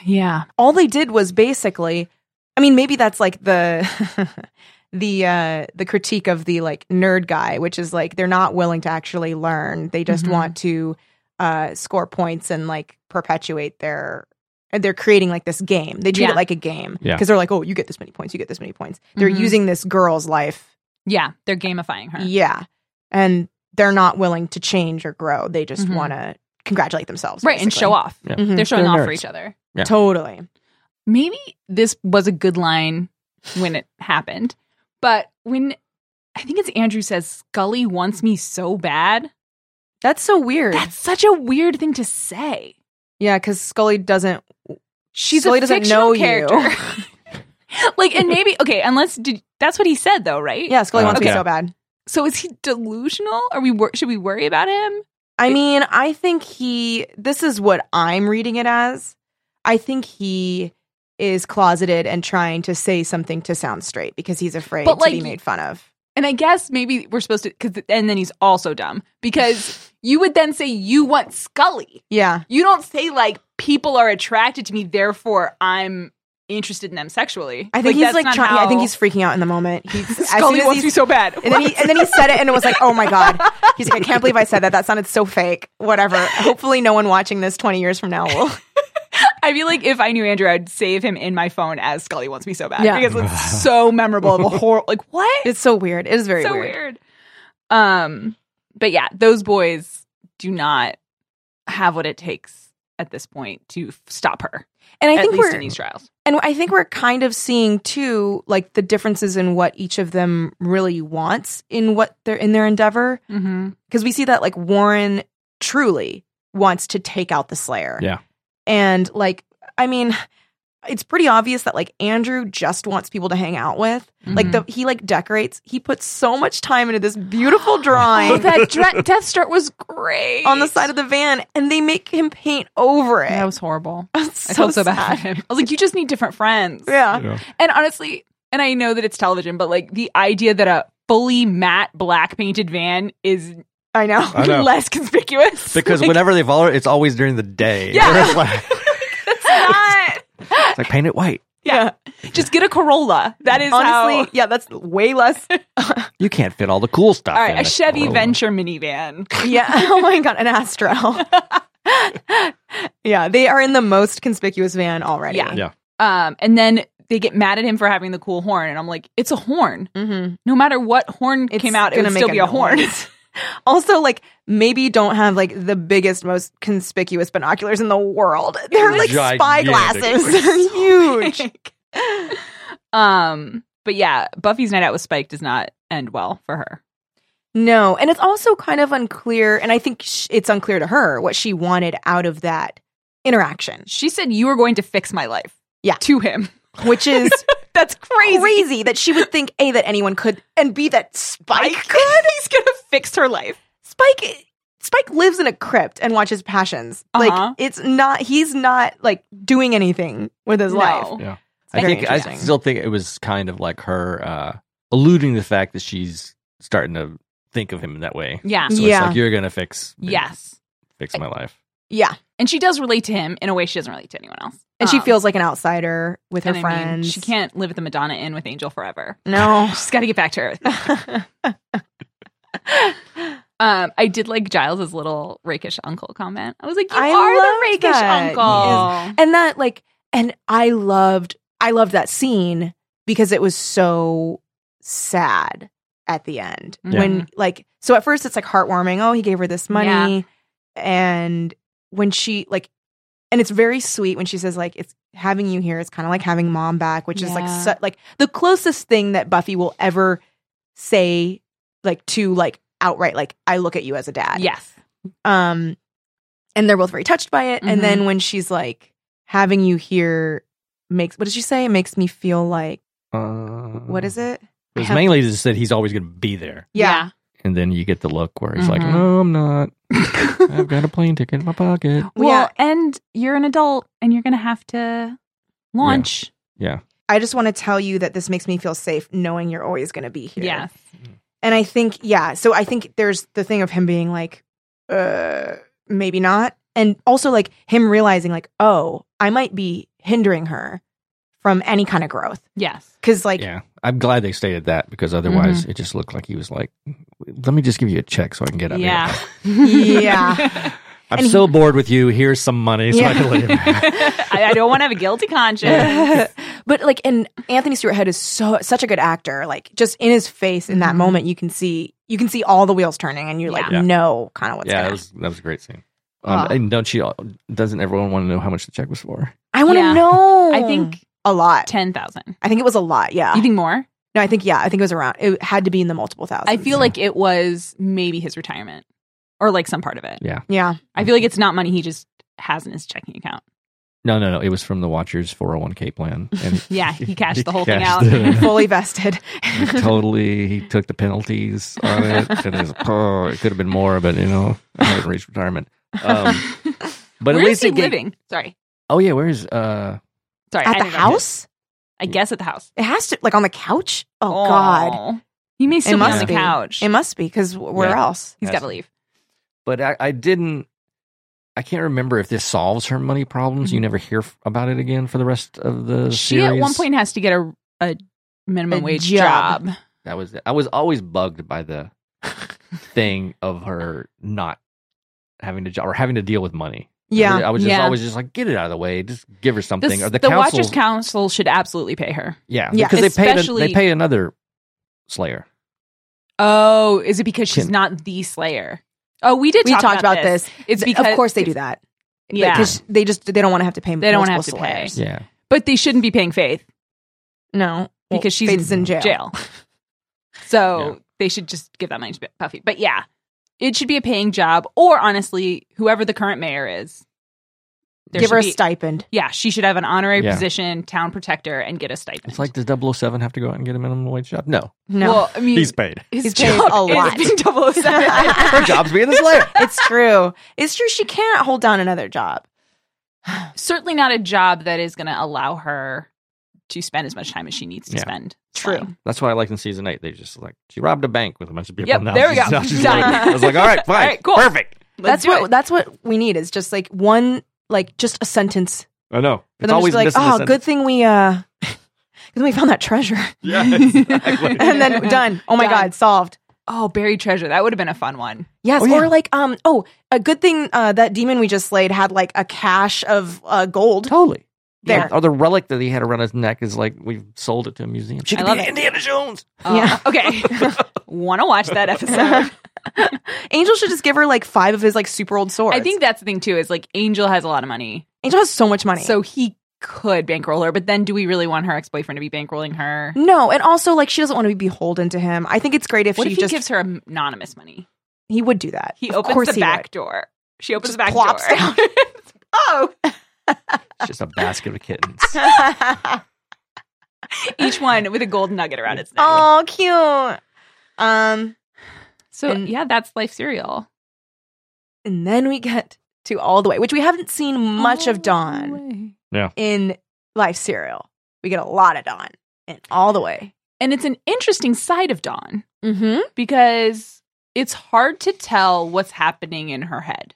Speaker 2: Yeah,
Speaker 3: All they did was basically, I mean, maybe that's like the the uh, the critique of the like nerd guy, which is like they're not willing to actually learn. They just
Speaker 2: Mhm.
Speaker 3: want to uh, score points and like perpetuate their. and They're creating like this game. They treat
Speaker 2: Yeah.
Speaker 3: it like a game
Speaker 4: Yeah.
Speaker 3: because they're like, oh, you get this many points, you get this many points. They're
Speaker 2: Mhm.
Speaker 3: using this girl's life
Speaker 2: yeah, they're gamifying her.
Speaker 3: Yeah. And they're not willing to change or grow. They just
Speaker 2: Mhm.
Speaker 3: want to congratulate themselves.
Speaker 2: right, and show off.
Speaker 4: Yeah.
Speaker 3: Mhm.
Speaker 2: They're showing
Speaker 4: They're
Speaker 2: off for
Speaker 4: nerds.
Speaker 2: each other.
Speaker 4: Yeah.
Speaker 3: Totally.
Speaker 2: maybe this was a good line when it happened, but when I think it's Andrew says Scully wants me so bad.
Speaker 3: That's so weird.
Speaker 2: That's such a weird thing to say.
Speaker 3: yeah, because Scully doesn't.
Speaker 2: She's
Speaker 3: Scully
Speaker 2: a
Speaker 3: doesn't
Speaker 2: fictional
Speaker 3: know you.
Speaker 2: character. like, and maybe okay, unless did, that's what he said though, right?
Speaker 3: Yeah, Scully
Speaker 4: Uh,
Speaker 3: wants me
Speaker 4: okay.
Speaker 3: so bad.
Speaker 2: So is he delusional? Are we wor- should we worry about him?
Speaker 3: I mean, I think he. This is what I'm reading it as. I think he is closeted and trying to say something to sound straight because he's afraid
Speaker 2: But,
Speaker 3: to be
Speaker 2: like,
Speaker 3: made fun of.
Speaker 2: And I guess maybe we're supposed to because and then he's also dumb because you would then say you want Scully.
Speaker 3: Yeah.
Speaker 2: You don't say like people are attracted to me, therefore I'm interested in them sexually.
Speaker 3: I think he's
Speaker 2: that's
Speaker 3: like
Speaker 2: not
Speaker 3: trying. I think
Speaker 2: how-
Speaker 3: he's freaking out in the moment. He's as soon
Speaker 2: Scully
Speaker 3: as
Speaker 2: wants
Speaker 3: he's-
Speaker 2: me so bad.
Speaker 3: And then, he, and then he said it, and it was like, oh my God. He's like, I can't believe I said that. That sounded so fake. Whatever. Hopefully, no one watching this 20 years from now will.
Speaker 2: I feel like if I knew Andrew, I'd save him in my phone as Scully wants me so bad
Speaker 3: Yeah.
Speaker 2: because it's so memorable. The horror, like what?
Speaker 3: It's so weird. It is very
Speaker 2: so
Speaker 3: weird.
Speaker 2: weird. Um, but yeah, those boys do not have what it takes at this point to f- stop her.
Speaker 3: And I
Speaker 2: at
Speaker 3: think
Speaker 2: least
Speaker 3: we're
Speaker 2: in these trials.
Speaker 3: and I think we're kind of seeing too, like the differences in what each of them really wants in what they're in their endeavor.
Speaker 2: Mm-hmm.
Speaker 3: Because we see that like Warren truly wants to take out the Slayer.
Speaker 4: Yeah.
Speaker 3: And like, I mean, it's pretty obvious that like Andrew just wants people to hang out with. Like
Speaker 5: Mm-hmm.
Speaker 3: the he like decorates. He puts so much time into this beautiful
Speaker 2: oh,
Speaker 3: drawing
Speaker 2: that dre- Death Star was great
Speaker 3: on the side of the van, and they make him paint over it.
Speaker 2: That was horrible.
Speaker 3: It's
Speaker 2: I felt so bad for him. I was like, you just need different friends.
Speaker 3: Yeah.
Speaker 2: And honestly, and I know that it's television, but like the idea that a fully matte black painted van is
Speaker 3: I know.
Speaker 5: I know.
Speaker 2: less conspicuous.
Speaker 4: Because
Speaker 2: like,
Speaker 4: whenever they follow it, it's always during the day.
Speaker 2: Yeah.
Speaker 4: It's like,
Speaker 2: it's not.
Speaker 4: it's like, paint it white.
Speaker 2: Yeah. Just get a Corolla. That is
Speaker 3: Honestly,
Speaker 2: how-
Speaker 3: yeah, that's way less.
Speaker 4: You can't fit all the cool stuff.
Speaker 2: All
Speaker 4: in
Speaker 2: right, a
Speaker 4: it.
Speaker 2: Chevy
Speaker 4: Oh.
Speaker 2: Venture minivan.
Speaker 3: Yeah. Oh my god, an Astro. yeah, they are in the most conspicuous van already.
Speaker 2: Yeah.
Speaker 4: Yeah.
Speaker 2: Um, and then they get mad at him for having the cool horn, and I'm like, it's a horn.
Speaker 3: Mm-hmm.
Speaker 2: No matter what horn
Speaker 3: It's
Speaker 2: came out, it
Speaker 3: gonna
Speaker 2: would
Speaker 3: make
Speaker 2: still
Speaker 3: a
Speaker 2: be a horn.
Speaker 3: noise. also, like maybe don't have like the biggest, most conspicuous binoculars in the world. They're like spy
Speaker 4: Gigantic.
Speaker 3: glasses. They're huge.
Speaker 2: um, but yeah, Buffy's night out with Spike does not end well for her.
Speaker 3: No, and it's also kind of unclear, and I think sh- it's unclear to her what she wanted out of that interaction,
Speaker 2: She said, "You are going to fix my life."
Speaker 3: Yeah.
Speaker 2: to him.
Speaker 3: which is
Speaker 2: That's crazy.
Speaker 3: crazy that she would think a that anyone could, and b that Spike
Speaker 2: Spike
Speaker 3: could.
Speaker 2: He's gonna fix her life.
Speaker 3: Spike Spike lives in a crypt and watches passions.
Speaker 2: Uh-huh.
Speaker 3: Like it's not he's not like doing anything with his
Speaker 2: No.
Speaker 3: life.
Speaker 4: Yeah.
Speaker 3: It's
Speaker 4: I
Speaker 3: very
Speaker 4: think I
Speaker 3: interesting.
Speaker 4: still think it was kind of like her uh, alluding to the fact that she's starting to think of him in that way.
Speaker 2: Yeah.
Speaker 4: So
Speaker 3: Yeah.
Speaker 4: it's like you're gonna fix
Speaker 2: Yes.
Speaker 4: fix my life.
Speaker 3: Yeah.
Speaker 2: And she does relate to him in a way she doesn't relate to anyone else.
Speaker 3: And she
Speaker 2: Um,
Speaker 3: feels like an outsider with her
Speaker 2: and I mean,
Speaker 3: friends.
Speaker 2: she can't live at the Madonna Inn with Angel forever.
Speaker 3: No.
Speaker 2: She's got to get back to Earth. Um, I did like Giles's little rakish uncle comment. I was like, "You
Speaker 3: I
Speaker 2: are
Speaker 3: love
Speaker 2: the rakish
Speaker 3: that.
Speaker 2: uncle."
Speaker 3: and that like and I loved I loved that scene because it was so sad at the end.
Speaker 2: Mm-hmm. Yeah.
Speaker 3: When like so at first it's like heartwarming, oh he gave her this money and when she like and it's very sweet when she says like it's having you here is kind of like having mom back, which is like
Speaker 2: Yeah.
Speaker 3: su- like the closest thing that Buffy will ever say like to like outright like I look at you as a dad
Speaker 2: Yes.
Speaker 3: um and they're both very touched by it
Speaker 2: Mhm.
Speaker 3: and then when she's like having you here makes what did she say it makes me feel like
Speaker 4: Uh,
Speaker 3: what is it
Speaker 4: It was
Speaker 3: I have-
Speaker 4: mainly just that he's always gonna be there.
Speaker 3: yeah,
Speaker 4: And then you get the look where he's like,
Speaker 3: Mm-hmm.
Speaker 2: Mhm.
Speaker 4: No, I'm not. I've got a plane ticket in my pocket.
Speaker 2: Well,
Speaker 3: Yeah.
Speaker 2: and you're an adult, and you're gonna have to launch.
Speaker 4: Yeah.
Speaker 3: i just want to tell you that this makes me feel safe knowing you're always going to be here
Speaker 2: Yes.
Speaker 3: and i think yeah so i think there's the thing of him being like uh maybe not and also like him realizing like oh i might be hindering her from any kind of growth
Speaker 2: Yes.
Speaker 3: because like Mm-hmm.
Speaker 4: yeah. I'm glad they stated that because otherwise it just looked like he was like, Let me just give you a check so I can get out of
Speaker 2: Yeah.
Speaker 4: here.
Speaker 3: Yeah.
Speaker 4: I'm
Speaker 3: And
Speaker 4: so bored with you. Here's some money so
Speaker 3: Yeah.
Speaker 4: I can leave.
Speaker 2: I, I don't want to have a guilty conscience.
Speaker 3: but like and Anthony Stewart Head is so such a good actor. Like just in his face in that
Speaker 2: Mhm.
Speaker 3: moment you can see you can see all the wheels turning and you like
Speaker 4: Yeah.
Speaker 3: know kind of what's
Speaker 4: yeah,
Speaker 3: going
Speaker 4: that
Speaker 3: on.
Speaker 4: was that was a great scene. Um,
Speaker 3: Oh.
Speaker 4: And don't you? Doesn't everyone want to know how much the check was for?
Speaker 3: I want to
Speaker 2: Yeah.
Speaker 3: know.
Speaker 2: I think
Speaker 3: a lot.
Speaker 2: ten thousand.
Speaker 3: I think it was a lot. Yeah.
Speaker 2: You think more?
Speaker 3: no, I think yeah. I think it was around. It had to be in the multiple thousands.
Speaker 2: I feel like it was maybe his retirement, or like some part of it.
Speaker 3: yeah.
Speaker 2: I feel like it's not money he just has in his checking account.
Speaker 4: No, no, no. It was from the Watchers 401k plan. And
Speaker 2: Yeah, he cashed the whole thing
Speaker 4: cashed
Speaker 2: out.
Speaker 4: it.
Speaker 3: Fully vested.
Speaker 4: He totally, he took the penalties on it. And it, was, oh, it could have been more, but you know, I haven't reached retirement. Um,
Speaker 2: Where
Speaker 4: but at
Speaker 2: is
Speaker 4: least
Speaker 2: he
Speaker 4: it gave-
Speaker 2: living? Sorry,
Speaker 4: Oh yeah, where's uh?
Speaker 2: sorry. I
Speaker 3: At the
Speaker 2: don't know.
Speaker 3: house,
Speaker 2: I guess at the house.
Speaker 3: it has to like on the couch. Oh, God,
Speaker 2: Aw. he may still be
Speaker 4: must
Speaker 2: on the
Speaker 3: be.
Speaker 2: couch.
Speaker 3: it must be because where
Speaker 4: Yeah.
Speaker 3: else?
Speaker 2: He's got to
Speaker 4: Yes.
Speaker 2: leave.
Speaker 4: But I, I didn't. I can't remember if this solves her money problems. You never hear f- about it again for the rest of the
Speaker 2: Mm-hmm. She at
Speaker 4: series.
Speaker 2: one point has to get a a minimum
Speaker 3: A
Speaker 2: wage
Speaker 3: job.
Speaker 2: job.
Speaker 4: That was I was always bugged by the thing of her not having to jo- or having to deal with money.
Speaker 3: Yeah.
Speaker 4: I was just
Speaker 2: Yeah.
Speaker 4: always just like get it out of the way, just give her
Speaker 2: This-
Speaker 4: something. or
Speaker 2: the
Speaker 4: the, council,
Speaker 2: Watchers Council should absolutely pay her.
Speaker 4: yeah,
Speaker 3: Yeah.
Speaker 4: because they paid a,
Speaker 2: Especially-
Speaker 4: they pay another Slayer.
Speaker 2: Oh, is it because she's
Speaker 4: Can-
Speaker 2: not the Slayer? Oh, we did.
Speaker 3: We
Speaker 2: talk
Speaker 3: talked about this.
Speaker 2: It's
Speaker 3: Th-
Speaker 2: because
Speaker 3: of course they do that.
Speaker 2: Yeah,
Speaker 3: because they just they don't want to have to pay.
Speaker 2: They don't wanna have
Speaker 3: multiple
Speaker 2: to pay.
Speaker 3: slayers.
Speaker 4: Yeah,
Speaker 2: but they shouldn't be paying Faith
Speaker 3: No,
Speaker 2: because she's
Speaker 3: Faith's in jail.
Speaker 2: So
Speaker 4: Yeah.
Speaker 2: they should just give that money to Buffy. But yeah, it should be a paying job, or honestly, whoever the current mayor is, there
Speaker 3: Give her a
Speaker 2: should be-
Speaker 3: stipend.
Speaker 2: Yeah, she should have an honorary
Speaker 4: Yeah.
Speaker 2: position, town protector, and get a stipend.
Speaker 4: it's like does 007 have to go out and get a minimum wage job? No,
Speaker 3: No,
Speaker 2: well, I mean,
Speaker 4: paid.
Speaker 2: his
Speaker 3: he's paid
Speaker 2: job
Speaker 3: a
Speaker 2: is
Speaker 3: lot.
Speaker 2: being 007.
Speaker 4: Her job's being the Slayer.
Speaker 3: it's true. It's true. She can't hold down another job.
Speaker 2: Certainly not a job that is going to allow her to spend as much time as she needs to
Speaker 4: Yeah.
Speaker 2: spend.
Speaker 3: True.
Speaker 2: flying.
Speaker 4: That's why I liked in season eight. They just like she robbed a bank with a bunch of people.
Speaker 2: Yep,
Speaker 4: now
Speaker 2: there we
Speaker 4: she's-
Speaker 2: go.
Speaker 4: now she's
Speaker 2: Done.
Speaker 4: like- I was like, all right, fine,
Speaker 2: All right, cool.
Speaker 4: perfect.
Speaker 2: Let's
Speaker 3: that's
Speaker 2: do
Speaker 3: what
Speaker 2: it.
Speaker 3: that's what we need is just like one like just a sentence.
Speaker 4: I know.
Speaker 3: For them to be like,
Speaker 4: missing a
Speaker 3: oh,
Speaker 4: sentence."
Speaker 3: good thing we uh good thing we found that treasure.
Speaker 4: Yeah, exactly.
Speaker 3: and then done. Oh my
Speaker 2: Done.
Speaker 3: god, solved.
Speaker 2: Oh, buried treasure. That would have been a fun one.
Speaker 3: Yes,
Speaker 4: Oh, yeah.
Speaker 3: or like um oh, a good thing uh, that demon we just slayed had like a cache of uh, gold.
Speaker 4: Totally.
Speaker 3: There.
Speaker 4: Like, or the relic that he had around his neck is like we've sold it to a museum. Should
Speaker 2: I
Speaker 4: be
Speaker 2: love it.
Speaker 4: Indiana Jones.
Speaker 2: Uh,
Speaker 3: Yeah.
Speaker 2: Okay. Want to watch that episode?
Speaker 3: Angel should just give her like five of his like super old swords.
Speaker 2: I think that's the thing too. Is like Angel has a lot of money,
Speaker 3: Angel has so much money.
Speaker 2: so he could bankroll her. But then, do we really want her ex boyfriend to be bankrolling her?
Speaker 3: no, and also like she doesn't want to be beholden to him. I think it's great if
Speaker 2: What
Speaker 3: she
Speaker 2: if he
Speaker 3: just
Speaker 2: gives her anonymous money?
Speaker 3: he would do that.
Speaker 2: He
Speaker 3: Of
Speaker 2: opens
Speaker 3: course
Speaker 2: the
Speaker 3: he
Speaker 2: back
Speaker 3: would.
Speaker 2: door. She opens
Speaker 3: Just
Speaker 2: the back
Speaker 3: plops
Speaker 2: door.
Speaker 3: down.
Speaker 2: oh,
Speaker 4: It's just a basket of kittens.
Speaker 2: each one with a gold nugget around its neck.
Speaker 3: oh, cute. Um,
Speaker 2: so
Speaker 3: and-
Speaker 2: yeah, that's life cereal.
Speaker 3: and then we get to all the way, which we haven't seen much of Dawn. in Life Serial. We get a lot of Dawn and all the way.
Speaker 2: and it's an interesting side of Dawn
Speaker 3: Mm-hmm.
Speaker 2: because it's hard to tell what's happening in her head.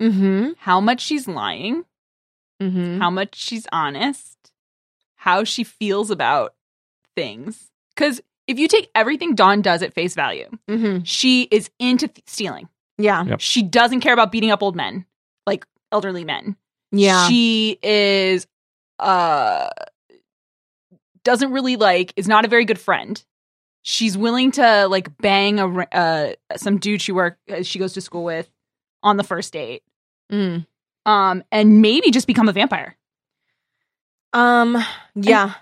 Speaker 3: Mm-hmm.
Speaker 2: How much she's lying,
Speaker 3: Mm-hmm.
Speaker 2: how much she's honest, how she feels about things. Because if you take everything Dawn does at face value,
Speaker 3: Mm-hmm.
Speaker 2: she is into th- stealing.
Speaker 3: Yeah.
Speaker 4: Yep.
Speaker 2: She doesn't care about beating up old men, like elderly men.
Speaker 3: Yeah.
Speaker 2: She is uh doesn't really like is not a very good friend. She's willing to like bang a ra- uh some dude she work uh, she goes to school with on the first date.
Speaker 3: Mm.
Speaker 2: Um and maybe just become a vampire.
Speaker 3: Um. Yeah.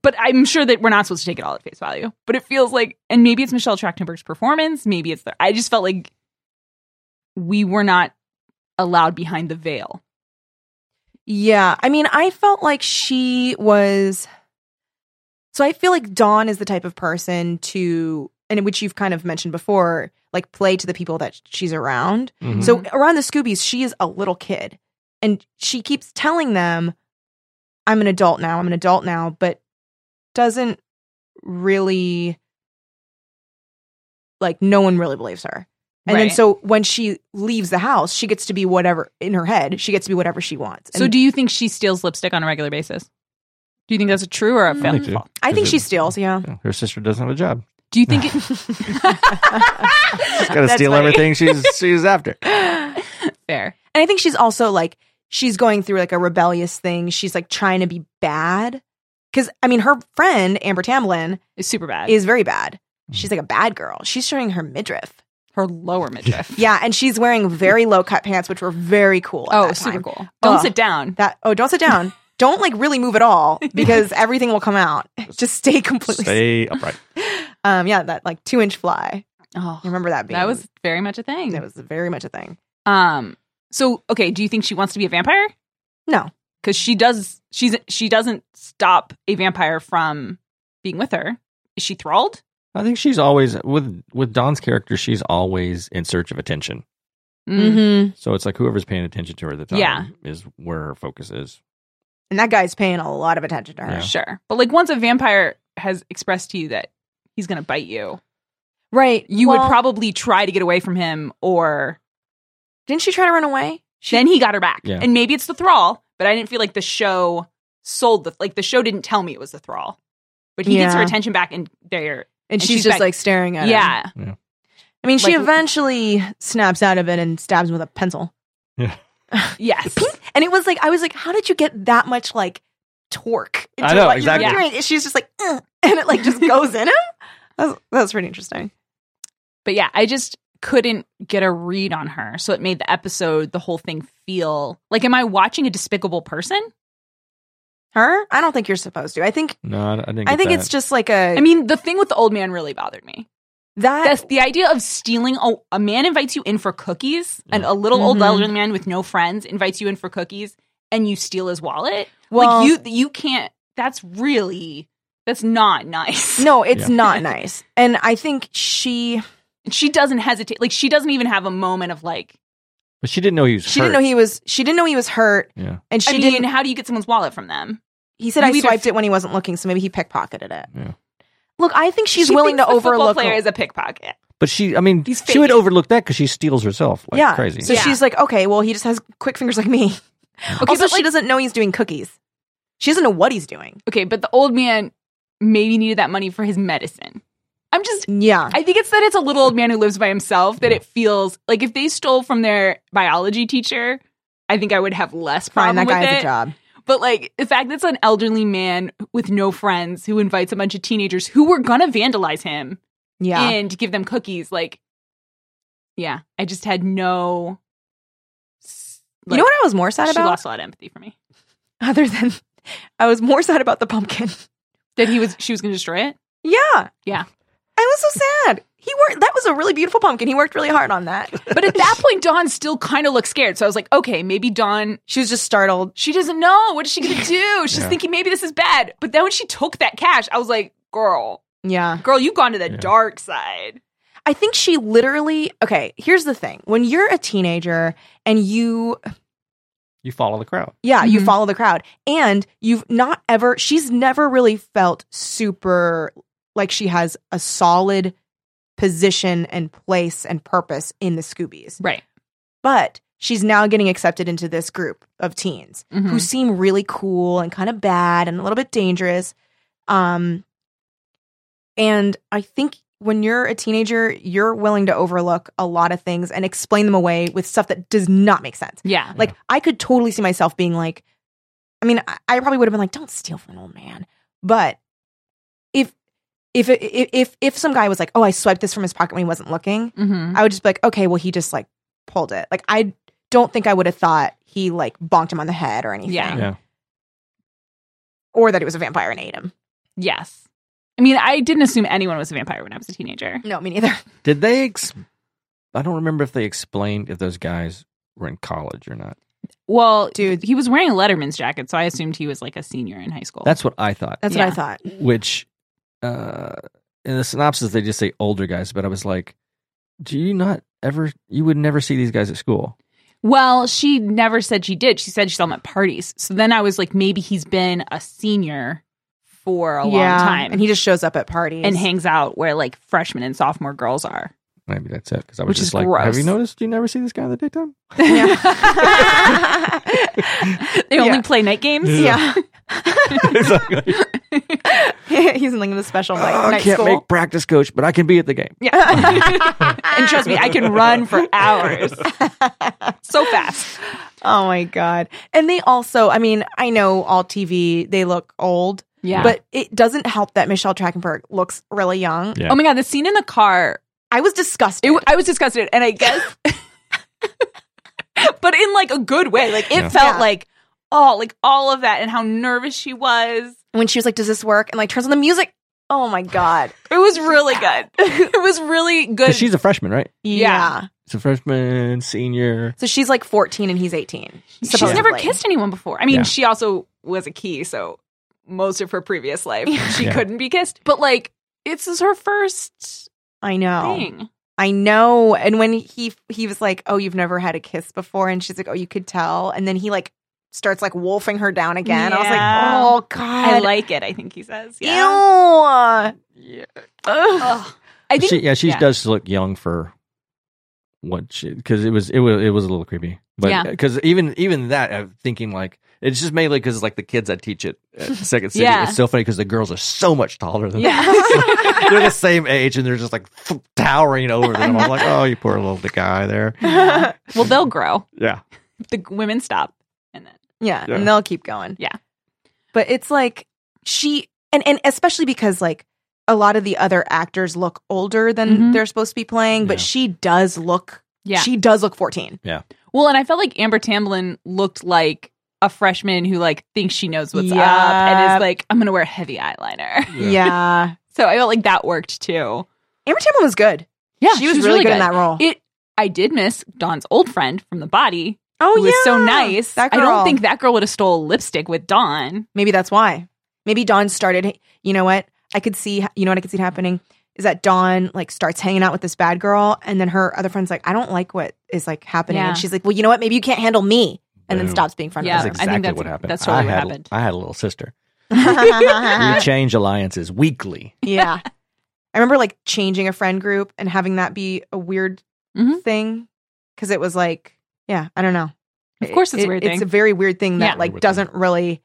Speaker 2: But I'm sure that we're not supposed to take it all at face value. But it feels like and maybe it's Michelle Trachtenberg's performance, maybe it's the I just felt like we were not allowed behind the veil.
Speaker 3: Yeah. I mean, I felt like she was. So I feel like Dawn is the type of person to, and which you've kind of mentioned before, like play to the people that she's around.
Speaker 4: Mhm.
Speaker 3: So
Speaker 2: Mm-hmm.
Speaker 3: around the Scoobies, she is a little kid, and she keeps telling them, "I'm an adult now. I'm an adult now," but doesn't really like no one really believes her. And then
Speaker 2: Right.
Speaker 3: so when she leaves the house, she gets to be whatever in her head. She gets to be whatever she wants.
Speaker 2: So
Speaker 3: And
Speaker 2: do you think she steals lipstick on a regular basis? Do you think that's a true or a
Speaker 3: Mm.
Speaker 4: I
Speaker 2: fail?
Speaker 4: think so.
Speaker 3: I think
Speaker 4: Is
Speaker 3: she
Speaker 4: it-
Speaker 3: steals. Yeah.
Speaker 4: Yeah, Her sister doesn't have a job.
Speaker 2: Do you think it
Speaker 4: She's got to
Speaker 3: That's
Speaker 4: steal
Speaker 3: funny.
Speaker 4: everything she's she's after.
Speaker 2: fair?
Speaker 3: And I think she's also like she's going through like a rebellious thing. She's like trying to be bad. Cuz I mean her friend Amber Tamblyn
Speaker 2: It's super bad.
Speaker 3: is very bad. She's like a bad girl. She's showing her midriff.
Speaker 2: her lower midriff.
Speaker 3: Yeah, and she's wearing very low cut pants which were very cool. at
Speaker 2: Oh,
Speaker 3: that
Speaker 2: super
Speaker 3: time.
Speaker 2: cool. Don't
Speaker 3: Ugh.
Speaker 2: sit down.
Speaker 3: That Oh, don't sit down. don't like really move at all because everything will come out. Just stay completely
Speaker 4: Stay upright.
Speaker 3: Um yeah, that like 2-inch fly.
Speaker 2: Oh,
Speaker 3: I remember that being
Speaker 2: that was very much a thing.
Speaker 3: that was very much a thing.
Speaker 2: um. So okay, do you think she wants to be a vampire?
Speaker 3: No.
Speaker 2: Because she does. She's she doesn't stop a vampire from being with her. Is she thralled?
Speaker 4: I think she's always with with Dawn's character. She's always in search of attention.
Speaker 2: Mm.
Speaker 3: Mhm.
Speaker 4: So it's like whoever's paying attention to her at the time
Speaker 2: Yeah.
Speaker 4: is where her focus is.
Speaker 3: And that guy's paying a lot of attention to her.
Speaker 4: Yeah.
Speaker 2: Sure, but like once a vampire has expressed to you that he's going to bite you,
Speaker 3: Right.
Speaker 2: you would
Speaker 3: Well-
Speaker 2: probably try to get away from him, or
Speaker 3: Didn't she try to run away?
Speaker 2: then he got her back.
Speaker 4: Yeah.
Speaker 2: And maybe it's the thrall, but I didn't feel like the show sold the like the show didn't tell me it was the thrall. But he gets her
Speaker 3: Yeah.
Speaker 2: attention back and there.
Speaker 3: And,
Speaker 2: And
Speaker 3: she's,
Speaker 2: she's
Speaker 3: just
Speaker 2: back-
Speaker 3: like staring at him.
Speaker 2: Yeah.
Speaker 3: I mean, she
Speaker 2: Like-
Speaker 3: eventually snaps out of it and stabs him with a pencil.
Speaker 2: Yes.
Speaker 3: And it was like, I was like, how did you get that much like torque?
Speaker 4: I know,
Speaker 3: what you're
Speaker 4: exactly.
Speaker 3: doing? She's just like, "Ugh," and it like just goes in him. That's that's pretty interesting.
Speaker 2: But yeah, I just couldn't get a read on her. So it made the episode, the whole thing feel like am I watching a despicable person?
Speaker 3: Her? I don't think you're supposed to. I think
Speaker 4: No, I, I didn't.
Speaker 3: I
Speaker 4: get
Speaker 3: think
Speaker 4: that.
Speaker 3: it's just like a
Speaker 2: I mean, the thing with the old man really bothered me.
Speaker 3: that
Speaker 2: That's the idea of stealing a, a man invites you in for cookies and a little old
Speaker 3: Mhm.
Speaker 2: elderly man with no friends invites you in for cookies and you steal his wallet.
Speaker 3: well,
Speaker 2: like you you can't that's really that's not nice.
Speaker 3: no, it's
Speaker 4: Yeah.
Speaker 3: not nice. And I think she
Speaker 2: She doesn't hesitate. Like she doesn't even have a moment of like
Speaker 4: but she didn't know he was.
Speaker 3: she
Speaker 4: hurt.
Speaker 3: didn't know he was she didn't know he was hurt
Speaker 4: Yeah.
Speaker 3: and she
Speaker 2: I mean,
Speaker 3: didn't
Speaker 2: how do you get someone's wallet from them?
Speaker 3: He said
Speaker 2: You
Speaker 3: I
Speaker 2: either-
Speaker 3: swiped it when he wasn't looking, so maybe he pickpocketed it.
Speaker 4: Yeah.
Speaker 3: Look, I think she's willing to
Speaker 2: thinks the football
Speaker 3: overlook.
Speaker 2: player
Speaker 3: her-
Speaker 2: is a pickpocket.
Speaker 4: But she, I mean,
Speaker 2: He's
Speaker 4: she would
Speaker 2: fake.
Speaker 4: overlook that because she steals herself like
Speaker 3: yeah,
Speaker 4: crazy.
Speaker 3: So
Speaker 2: Yeah.
Speaker 3: she's like, okay, well, he just has quick fingers like me.
Speaker 2: Okay,
Speaker 3: also,
Speaker 2: but
Speaker 3: she
Speaker 2: like,
Speaker 3: doesn't know he's doing cookies. She doesn't know what he's doing.
Speaker 2: okay, but the old man maybe needed that money for his medicine. I'm just
Speaker 3: Yeah.
Speaker 2: I think it's that it's a little old man who lives by himself that it feels like if they stole from their biology teacher, I think I would have less problem
Speaker 3: Fine, that
Speaker 2: with
Speaker 3: guy has
Speaker 2: it.
Speaker 3: a job.
Speaker 2: But like the fact that it's an elderly man with no friends who invites a bunch of teenagers who were gonna vandalize him
Speaker 3: Yeah.
Speaker 2: and give them cookies, like, yeah, I just had no. s-
Speaker 3: you know
Speaker 2: like,
Speaker 3: what I was more sad
Speaker 2: She
Speaker 3: about?
Speaker 2: lost a lot of empathy for me.
Speaker 3: Other than I was more sad about the pumpkin.
Speaker 2: That he was, she was gonna destroy it.
Speaker 3: Yeah.
Speaker 2: Yeah.
Speaker 3: I was so sad. He worked that was a really beautiful pumpkin. He worked really hard on that.
Speaker 2: But at that point, Dawn still kind of looked scared. So I was like, okay, maybe Dawn
Speaker 3: She was just startled.
Speaker 2: She doesn't know. What is she going to do? She's
Speaker 4: Yeah.
Speaker 2: thinking maybe this is bad. But then when she took that cash, I was like, girl,
Speaker 3: Yeah.
Speaker 2: girl, you've gone to the
Speaker 4: Yeah.
Speaker 2: dark side.
Speaker 3: I think she literally okay, here's the thing. When you're a teenager and you
Speaker 4: You follow the crowd.
Speaker 3: Yeah, you
Speaker 2: Mhm.
Speaker 3: follow the crowd. And you've not ever, she's never really felt super like she has a solid position and place and purpose in the Scoobies.
Speaker 2: Right.
Speaker 3: But she's now getting accepted into this group of teens
Speaker 2: Mm-hmm. Hmm.
Speaker 3: who seem really cool and kind of bad and a little bit dangerous. Um, and I think when you're a teenager, you're willing to overlook a lot of things and explain them away with stuff that does not make sense.
Speaker 2: Yeah.
Speaker 3: Like I could totally see myself being like, I mean, I, I probably would have been like, don't steal from an old man. But if if if if, if some guy was like, oh, I swiped this from his pocket when he wasn't looking,
Speaker 2: Mm-hmm.
Speaker 3: I would just be like, okay, well, he just like pulled it. Like I don't think I would have thought he like bonked him on the head or anything,
Speaker 2: Yeah.
Speaker 4: Yeah.
Speaker 3: or that he was a vampire and ate him.
Speaker 2: Yes. I mean, I didn't assume anyone was a vampire when I was a teenager.
Speaker 3: No, me neither.
Speaker 4: Did they? Ex- I don't remember if they explained if those guys were in college or not.
Speaker 2: Well,
Speaker 3: Dude.
Speaker 2: he was wearing a Letterman's jacket, so I assumed he was like a senior in high school.
Speaker 4: That's what I thought.
Speaker 3: That's
Speaker 2: Yeah.
Speaker 3: what I thought.
Speaker 4: Which, uh, in the synopsis, they just say older guys, but I was like, do you not ever? You would never see these guys at school.
Speaker 2: well, she never said she did. She said she saw him at parties. So then I was like, maybe he's been a senior for a long time.
Speaker 3: and he just shows up at parties
Speaker 2: and hangs out where like freshmen and sophomore girls are.
Speaker 4: Maybe that's it. Because I was
Speaker 2: Which
Speaker 4: just
Speaker 2: is
Speaker 4: like,
Speaker 2: gross.
Speaker 4: have you noticed? You never see this guy in the daytime.
Speaker 3: Yeah.
Speaker 2: they only
Speaker 3: Yeah.
Speaker 2: play night games.
Speaker 3: yeah,
Speaker 4: It's like,
Speaker 3: he's in like the special like
Speaker 4: "Oh, I
Speaker 3: night
Speaker 4: can't
Speaker 3: school.
Speaker 4: make practice, coach, but I can be at the game.
Speaker 2: Yeah. and trust me, I can run for hours so fast.
Speaker 3: Oh my god. And they also, I mean, I know all TV, they look old,
Speaker 2: Yeah. But
Speaker 3: but it doesn't help that Michelle Trachtenberg looks really young.
Speaker 4: Yeah.
Speaker 2: oh my god, the scene in the car.
Speaker 3: I was disgusted.
Speaker 2: It, I was disgusted, and I guess, but in like a good way. Like it
Speaker 4: Yeah.
Speaker 2: felt
Speaker 3: Yeah.
Speaker 2: like oh, like all of that, and how nervous she was.
Speaker 3: when she was like, "Does this work?" and like turns on the music. Oh my god.
Speaker 2: It was really good. it was really good.
Speaker 4: 'Cause she's a freshman, right?
Speaker 2: Yeah.
Speaker 4: It's a freshman, senior.
Speaker 3: So she's like 14 and he's 18.
Speaker 2: She's never
Speaker 3: supposedly.
Speaker 2: kissed anyone before. I mean,
Speaker 4: Yeah.
Speaker 2: she also was a key, so most of her previous life she
Speaker 4: Yeah.
Speaker 2: couldn't be kissed. But like, this is her first
Speaker 3: I know.
Speaker 2: thing.
Speaker 3: I know. And when he he was like, "Oh, you've never had a kiss before," and she's like, "Oh, you could tell," and then he like starts like wolfing her down again. I was
Speaker 2: Yeah.
Speaker 3: like, "Oh
Speaker 2: I
Speaker 3: god."
Speaker 2: like it. I think he says.
Speaker 3: Ew.
Speaker 2: Yeah.
Speaker 4: Yeah.
Speaker 2: Ugh. I think.
Speaker 4: she, yeah, she
Speaker 2: yeah.
Speaker 4: does look young for what she because it was it was it was a little creepy,
Speaker 2: Yeah.
Speaker 4: but because even even that I'm thinking like it's just mainly because like the kids I teach at, at Second City,
Speaker 2: Yeah.
Speaker 4: it's so funny because the girls are so much taller than
Speaker 2: yeah.
Speaker 4: they're the same age and they're just like towering over them. I'm like, oh, you poor little guy there.
Speaker 2: well, they'll grow.
Speaker 4: Yeah,
Speaker 2: The women stop, and then
Speaker 3: Yeah,
Speaker 4: Yeah.
Speaker 3: and they'll keep going.
Speaker 2: Yeah.
Speaker 3: But it's like she and and especially because like a lot of the other actors look older than
Speaker 2: Mhm.
Speaker 3: they're supposed to be playing, but
Speaker 4: Yeah.
Speaker 3: she does look
Speaker 2: yeah.
Speaker 3: she does look 14.
Speaker 2: well, and I felt like Amber Tamblyn looked like a freshman who like thinks she knows what's
Speaker 3: Yep.
Speaker 2: up and is like, I'm gonna wear heavy eyeliner.
Speaker 4: Yeah.
Speaker 2: So I felt like that worked too.
Speaker 3: Amber Tamblyn was good.
Speaker 2: Yeah,
Speaker 3: she was really, good, in that role.
Speaker 2: It. I did miss Dawn's old friend from the body,
Speaker 3: oh,
Speaker 2: who was so nice.
Speaker 3: That
Speaker 2: I don't
Speaker 3: girl.
Speaker 2: think that girl would have stole lipstick with Dawn.
Speaker 3: Maybe that's why. Maybe Dawn started you know what? I could see you know what I could see it happening is that Dawn like starts hanging out with this bad girl and then her other friend's like, I don't like what is like happening.
Speaker 2: Yeah.
Speaker 3: And she's like, Well, you know what? Maybe you can't handle me. And then
Speaker 4: Boom.
Speaker 3: stops being friends
Speaker 2: Yeah,
Speaker 3: with
Speaker 4: that's
Speaker 3: her.
Speaker 2: I think that's-
Speaker 4: exactly what happened.
Speaker 2: that's totally
Speaker 4: I
Speaker 2: what
Speaker 4: had,
Speaker 2: happened. Uh,
Speaker 4: I had a little sister. We
Speaker 3: yeah.
Speaker 4: change alliances weekly.
Speaker 3: I remember like changing a friend group and having that be a weird
Speaker 2: Mhm.
Speaker 3: thing because it was like, yeah, I don't know.
Speaker 2: Of course it's a weird
Speaker 3: It's
Speaker 2: thing.
Speaker 3: a very weird thing
Speaker 2: Yeah.
Speaker 3: that like
Speaker 4: Weird thing.
Speaker 3: doesn't really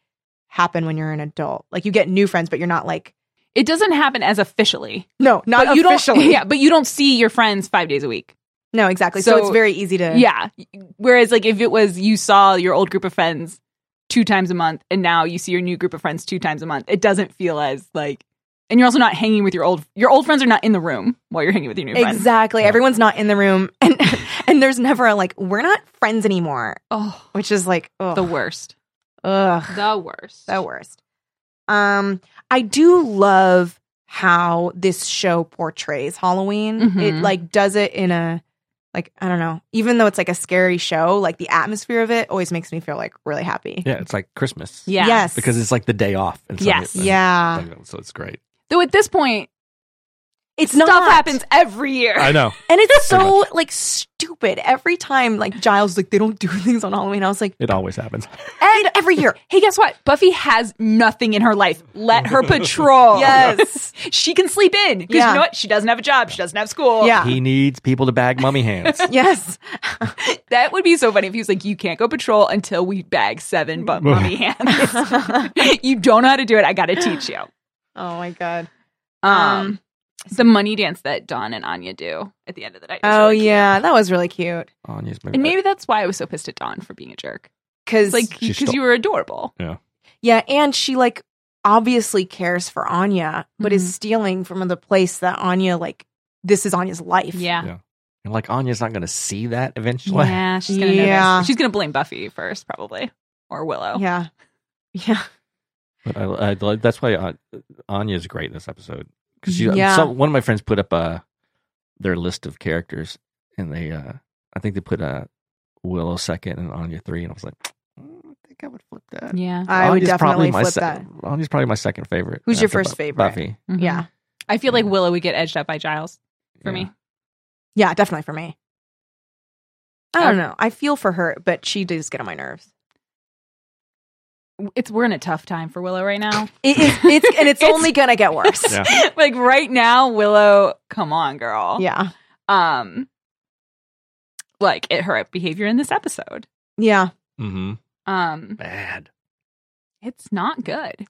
Speaker 3: happen when you're an adult. Like you get new friends, but you're not like
Speaker 2: It doesn't happen as officially.
Speaker 3: No, not
Speaker 2: but you
Speaker 3: officially.
Speaker 2: Don't, yeah, but you don't see your friends five days a week.
Speaker 3: No, exactly. So,
Speaker 2: So-
Speaker 3: it's very easy to.
Speaker 2: Yeah. Whereas, like, if it was you saw your old group of friends two times a month, and now you see your new group of friends two times a month, it doesn't feel as like. And you're also not hanging with your old your old friends are not in the room while you're hanging with your new friends.
Speaker 3: Exactly. Everyone's not in the room, and and there's never a like we're not friends anymore,
Speaker 2: Oh,
Speaker 3: which is like ugh,
Speaker 2: the worst.
Speaker 3: ugh,
Speaker 2: The worst.
Speaker 3: the worst. Um, I do love how this show portrays Halloween. It
Speaker 4: Mm-hmm.
Speaker 2: Mhm.
Speaker 3: like does it in a like I don't know. Even though it's like a scary show, like the atmosphere of it always makes me feel like really happy.
Speaker 4: Yeah, it's like Christmas.
Speaker 2: Yeah.
Speaker 3: Yes.
Speaker 4: Because it's like the day off. And so
Speaker 2: Yes.
Speaker 4: it's-
Speaker 3: yeah,
Speaker 4: So it's great.
Speaker 2: Though at this point,
Speaker 3: it's
Speaker 2: stuff
Speaker 3: not
Speaker 2: happens every year.
Speaker 5: I know.
Speaker 3: and it's
Speaker 4: Pretty
Speaker 3: so like stupid every time. Like Giles, like they don't do things on Halloween. I was like,
Speaker 4: It always happens.
Speaker 3: and every year,
Speaker 2: hey, guess what? Buffy has nothing in her life. Let her patrol.
Speaker 3: yes.
Speaker 2: She can sleep in. Because
Speaker 3: Yeah.
Speaker 2: you know what? She doesn't have a job. She doesn't have school.
Speaker 3: Yeah.
Speaker 4: He needs people to bag mummy hands.
Speaker 3: yes.
Speaker 2: That would be so funny if he was like, you can't go patrol until we bag seven bu- mummy hands. you don't know how to do it. I got to teach you.
Speaker 3: Oh my god.
Speaker 2: Um,
Speaker 3: Um,
Speaker 2: the money dance that Dawn and Anya do at the end of the night. is
Speaker 3: Oh
Speaker 2: really cute.
Speaker 3: yeah, that was really cute.
Speaker 4: Anya's moving.
Speaker 2: And maybe that's why I was so pissed at Dawn for being a jerk.
Speaker 3: Cause
Speaker 2: It's like,
Speaker 4: She
Speaker 2: because
Speaker 4: stole-
Speaker 2: you were adorable.
Speaker 3: yeah, and she like obviously cares for Anya, but
Speaker 2: Mhm.
Speaker 3: is stealing from the place that Anya like this is Anya's life.
Speaker 2: Yeah.
Speaker 4: And like Anya's not going to see that eventually.
Speaker 2: Yeah, she's gonna
Speaker 3: Yeah.
Speaker 2: notice. She's gonna blame Buffy first, probably, or Willow.
Speaker 3: Yeah. Yeah.
Speaker 4: But I, I, like- that's why uh, Anya's great in this episode because she.
Speaker 3: Yeah.
Speaker 4: Some, one of my friends put up uh, their list of characters, and they, uh, I think they put uh, Willow second and Anya three, and I was like, "Mm, I think I would flip that.
Speaker 2: Yeah.
Speaker 3: I would
Speaker 4: Anya's
Speaker 3: definitely
Speaker 4: probably my
Speaker 3: flip
Speaker 4: sec-
Speaker 3: that.
Speaker 4: Anya's probably my second favorite.
Speaker 3: Who's your
Speaker 4: after
Speaker 3: first
Speaker 4: Bu-
Speaker 3: favorite?
Speaker 4: Buffy.
Speaker 3: Yeah.
Speaker 2: mm-hmm. I feel like
Speaker 4: Yeah.
Speaker 2: Willow would get edged up by Giles for me.
Speaker 3: Yeah, definitely for me. I don't
Speaker 2: Um,
Speaker 3: know. I feel for her, but she does get on my nerves.
Speaker 2: It's we're in a tough time for Willow right now.
Speaker 3: It is it's and it's,
Speaker 2: It's-
Speaker 3: only gonna get worse.
Speaker 4: Yeah.
Speaker 2: like right now, Willow, come on, girl.
Speaker 3: yeah.
Speaker 2: Um like it her behavior in this episode.
Speaker 3: Yeah.
Speaker 4: Mm-hmm.
Speaker 2: Um
Speaker 4: Bad.
Speaker 2: it's not good.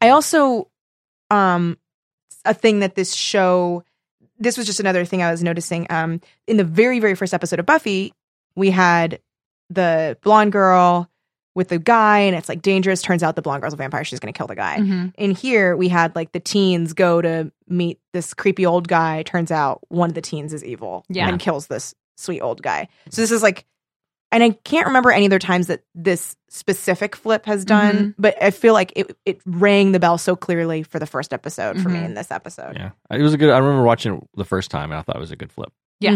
Speaker 3: I also um a thing that this show this was just another thing I was noticing um in the very very first episode of Buffy we had the blonde girl with the guy and it's like dangerous turns out the blonde girl's a vampire she's going to kill the guy.
Speaker 2: Mm. Mm-hmm.
Speaker 3: In here we had like the teens go to meet this creepy old guy turns out one of the teens is evil
Speaker 2: Yeah.
Speaker 3: and kills this sweet old guy. So this is like and I can't remember any other times that this specific flip has done,
Speaker 2: Mhm.
Speaker 3: but I feel like it it rang the bell so clearly for the first episode for me
Speaker 2: Mhm.
Speaker 3: in this episode.
Speaker 4: Yeah. It was a good. I remember watching it the first time, and I thought it was a good flip.
Speaker 2: Yeah.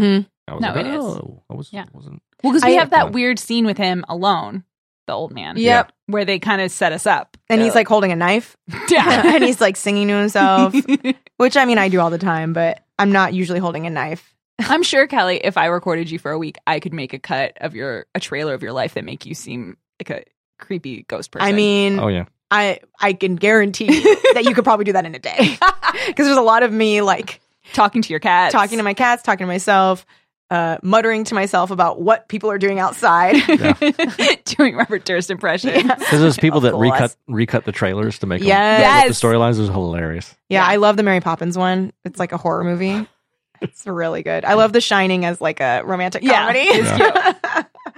Speaker 4: I was
Speaker 2: No, it
Speaker 4: like,
Speaker 2: is.
Speaker 4: oh, I was,
Speaker 2: Yeah.
Speaker 4: wasn't.
Speaker 2: Well, because we
Speaker 3: I-
Speaker 2: have that weird scene with him alone, the old man.
Speaker 3: Yep.
Speaker 2: Where they kind of set us up.
Speaker 3: And he's like holding a knife
Speaker 2: Yeah.
Speaker 3: and he's like singing to himself, which I mean I do all the time, but I'm not usually holding a knife.
Speaker 2: I'm sure Kelly, if I recorded you for a week, I could make a cut of your a trailer of your life that make you seem like a creepy ghost person.
Speaker 3: I mean,
Speaker 4: Oh yeah.
Speaker 3: I I can guarantee you that you could probably do that in a day. Cuz there's a lot of me like
Speaker 2: talking to your cat,
Speaker 3: talking to my cats, talking to myself, uh, muttering to myself about what people are doing outside.
Speaker 2: doing Robert Durst impression.
Speaker 4: Because there's people
Speaker 3: Of
Speaker 4: that
Speaker 3: course.
Speaker 4: recut recut the trailers to make 'em-
Speaker 3: Yes.
Speaker 4: The storylines was hilarious.
Speaker 3: Yeah,
Speaker 2: Yeah.
Speaker 3: I love the Mary Poppins one. It's like a horror movie. It's really good. I love The Shining as like a romantic
Speaker 2: Yeah,
Speaker 3: comedy.
Speaker 4: it's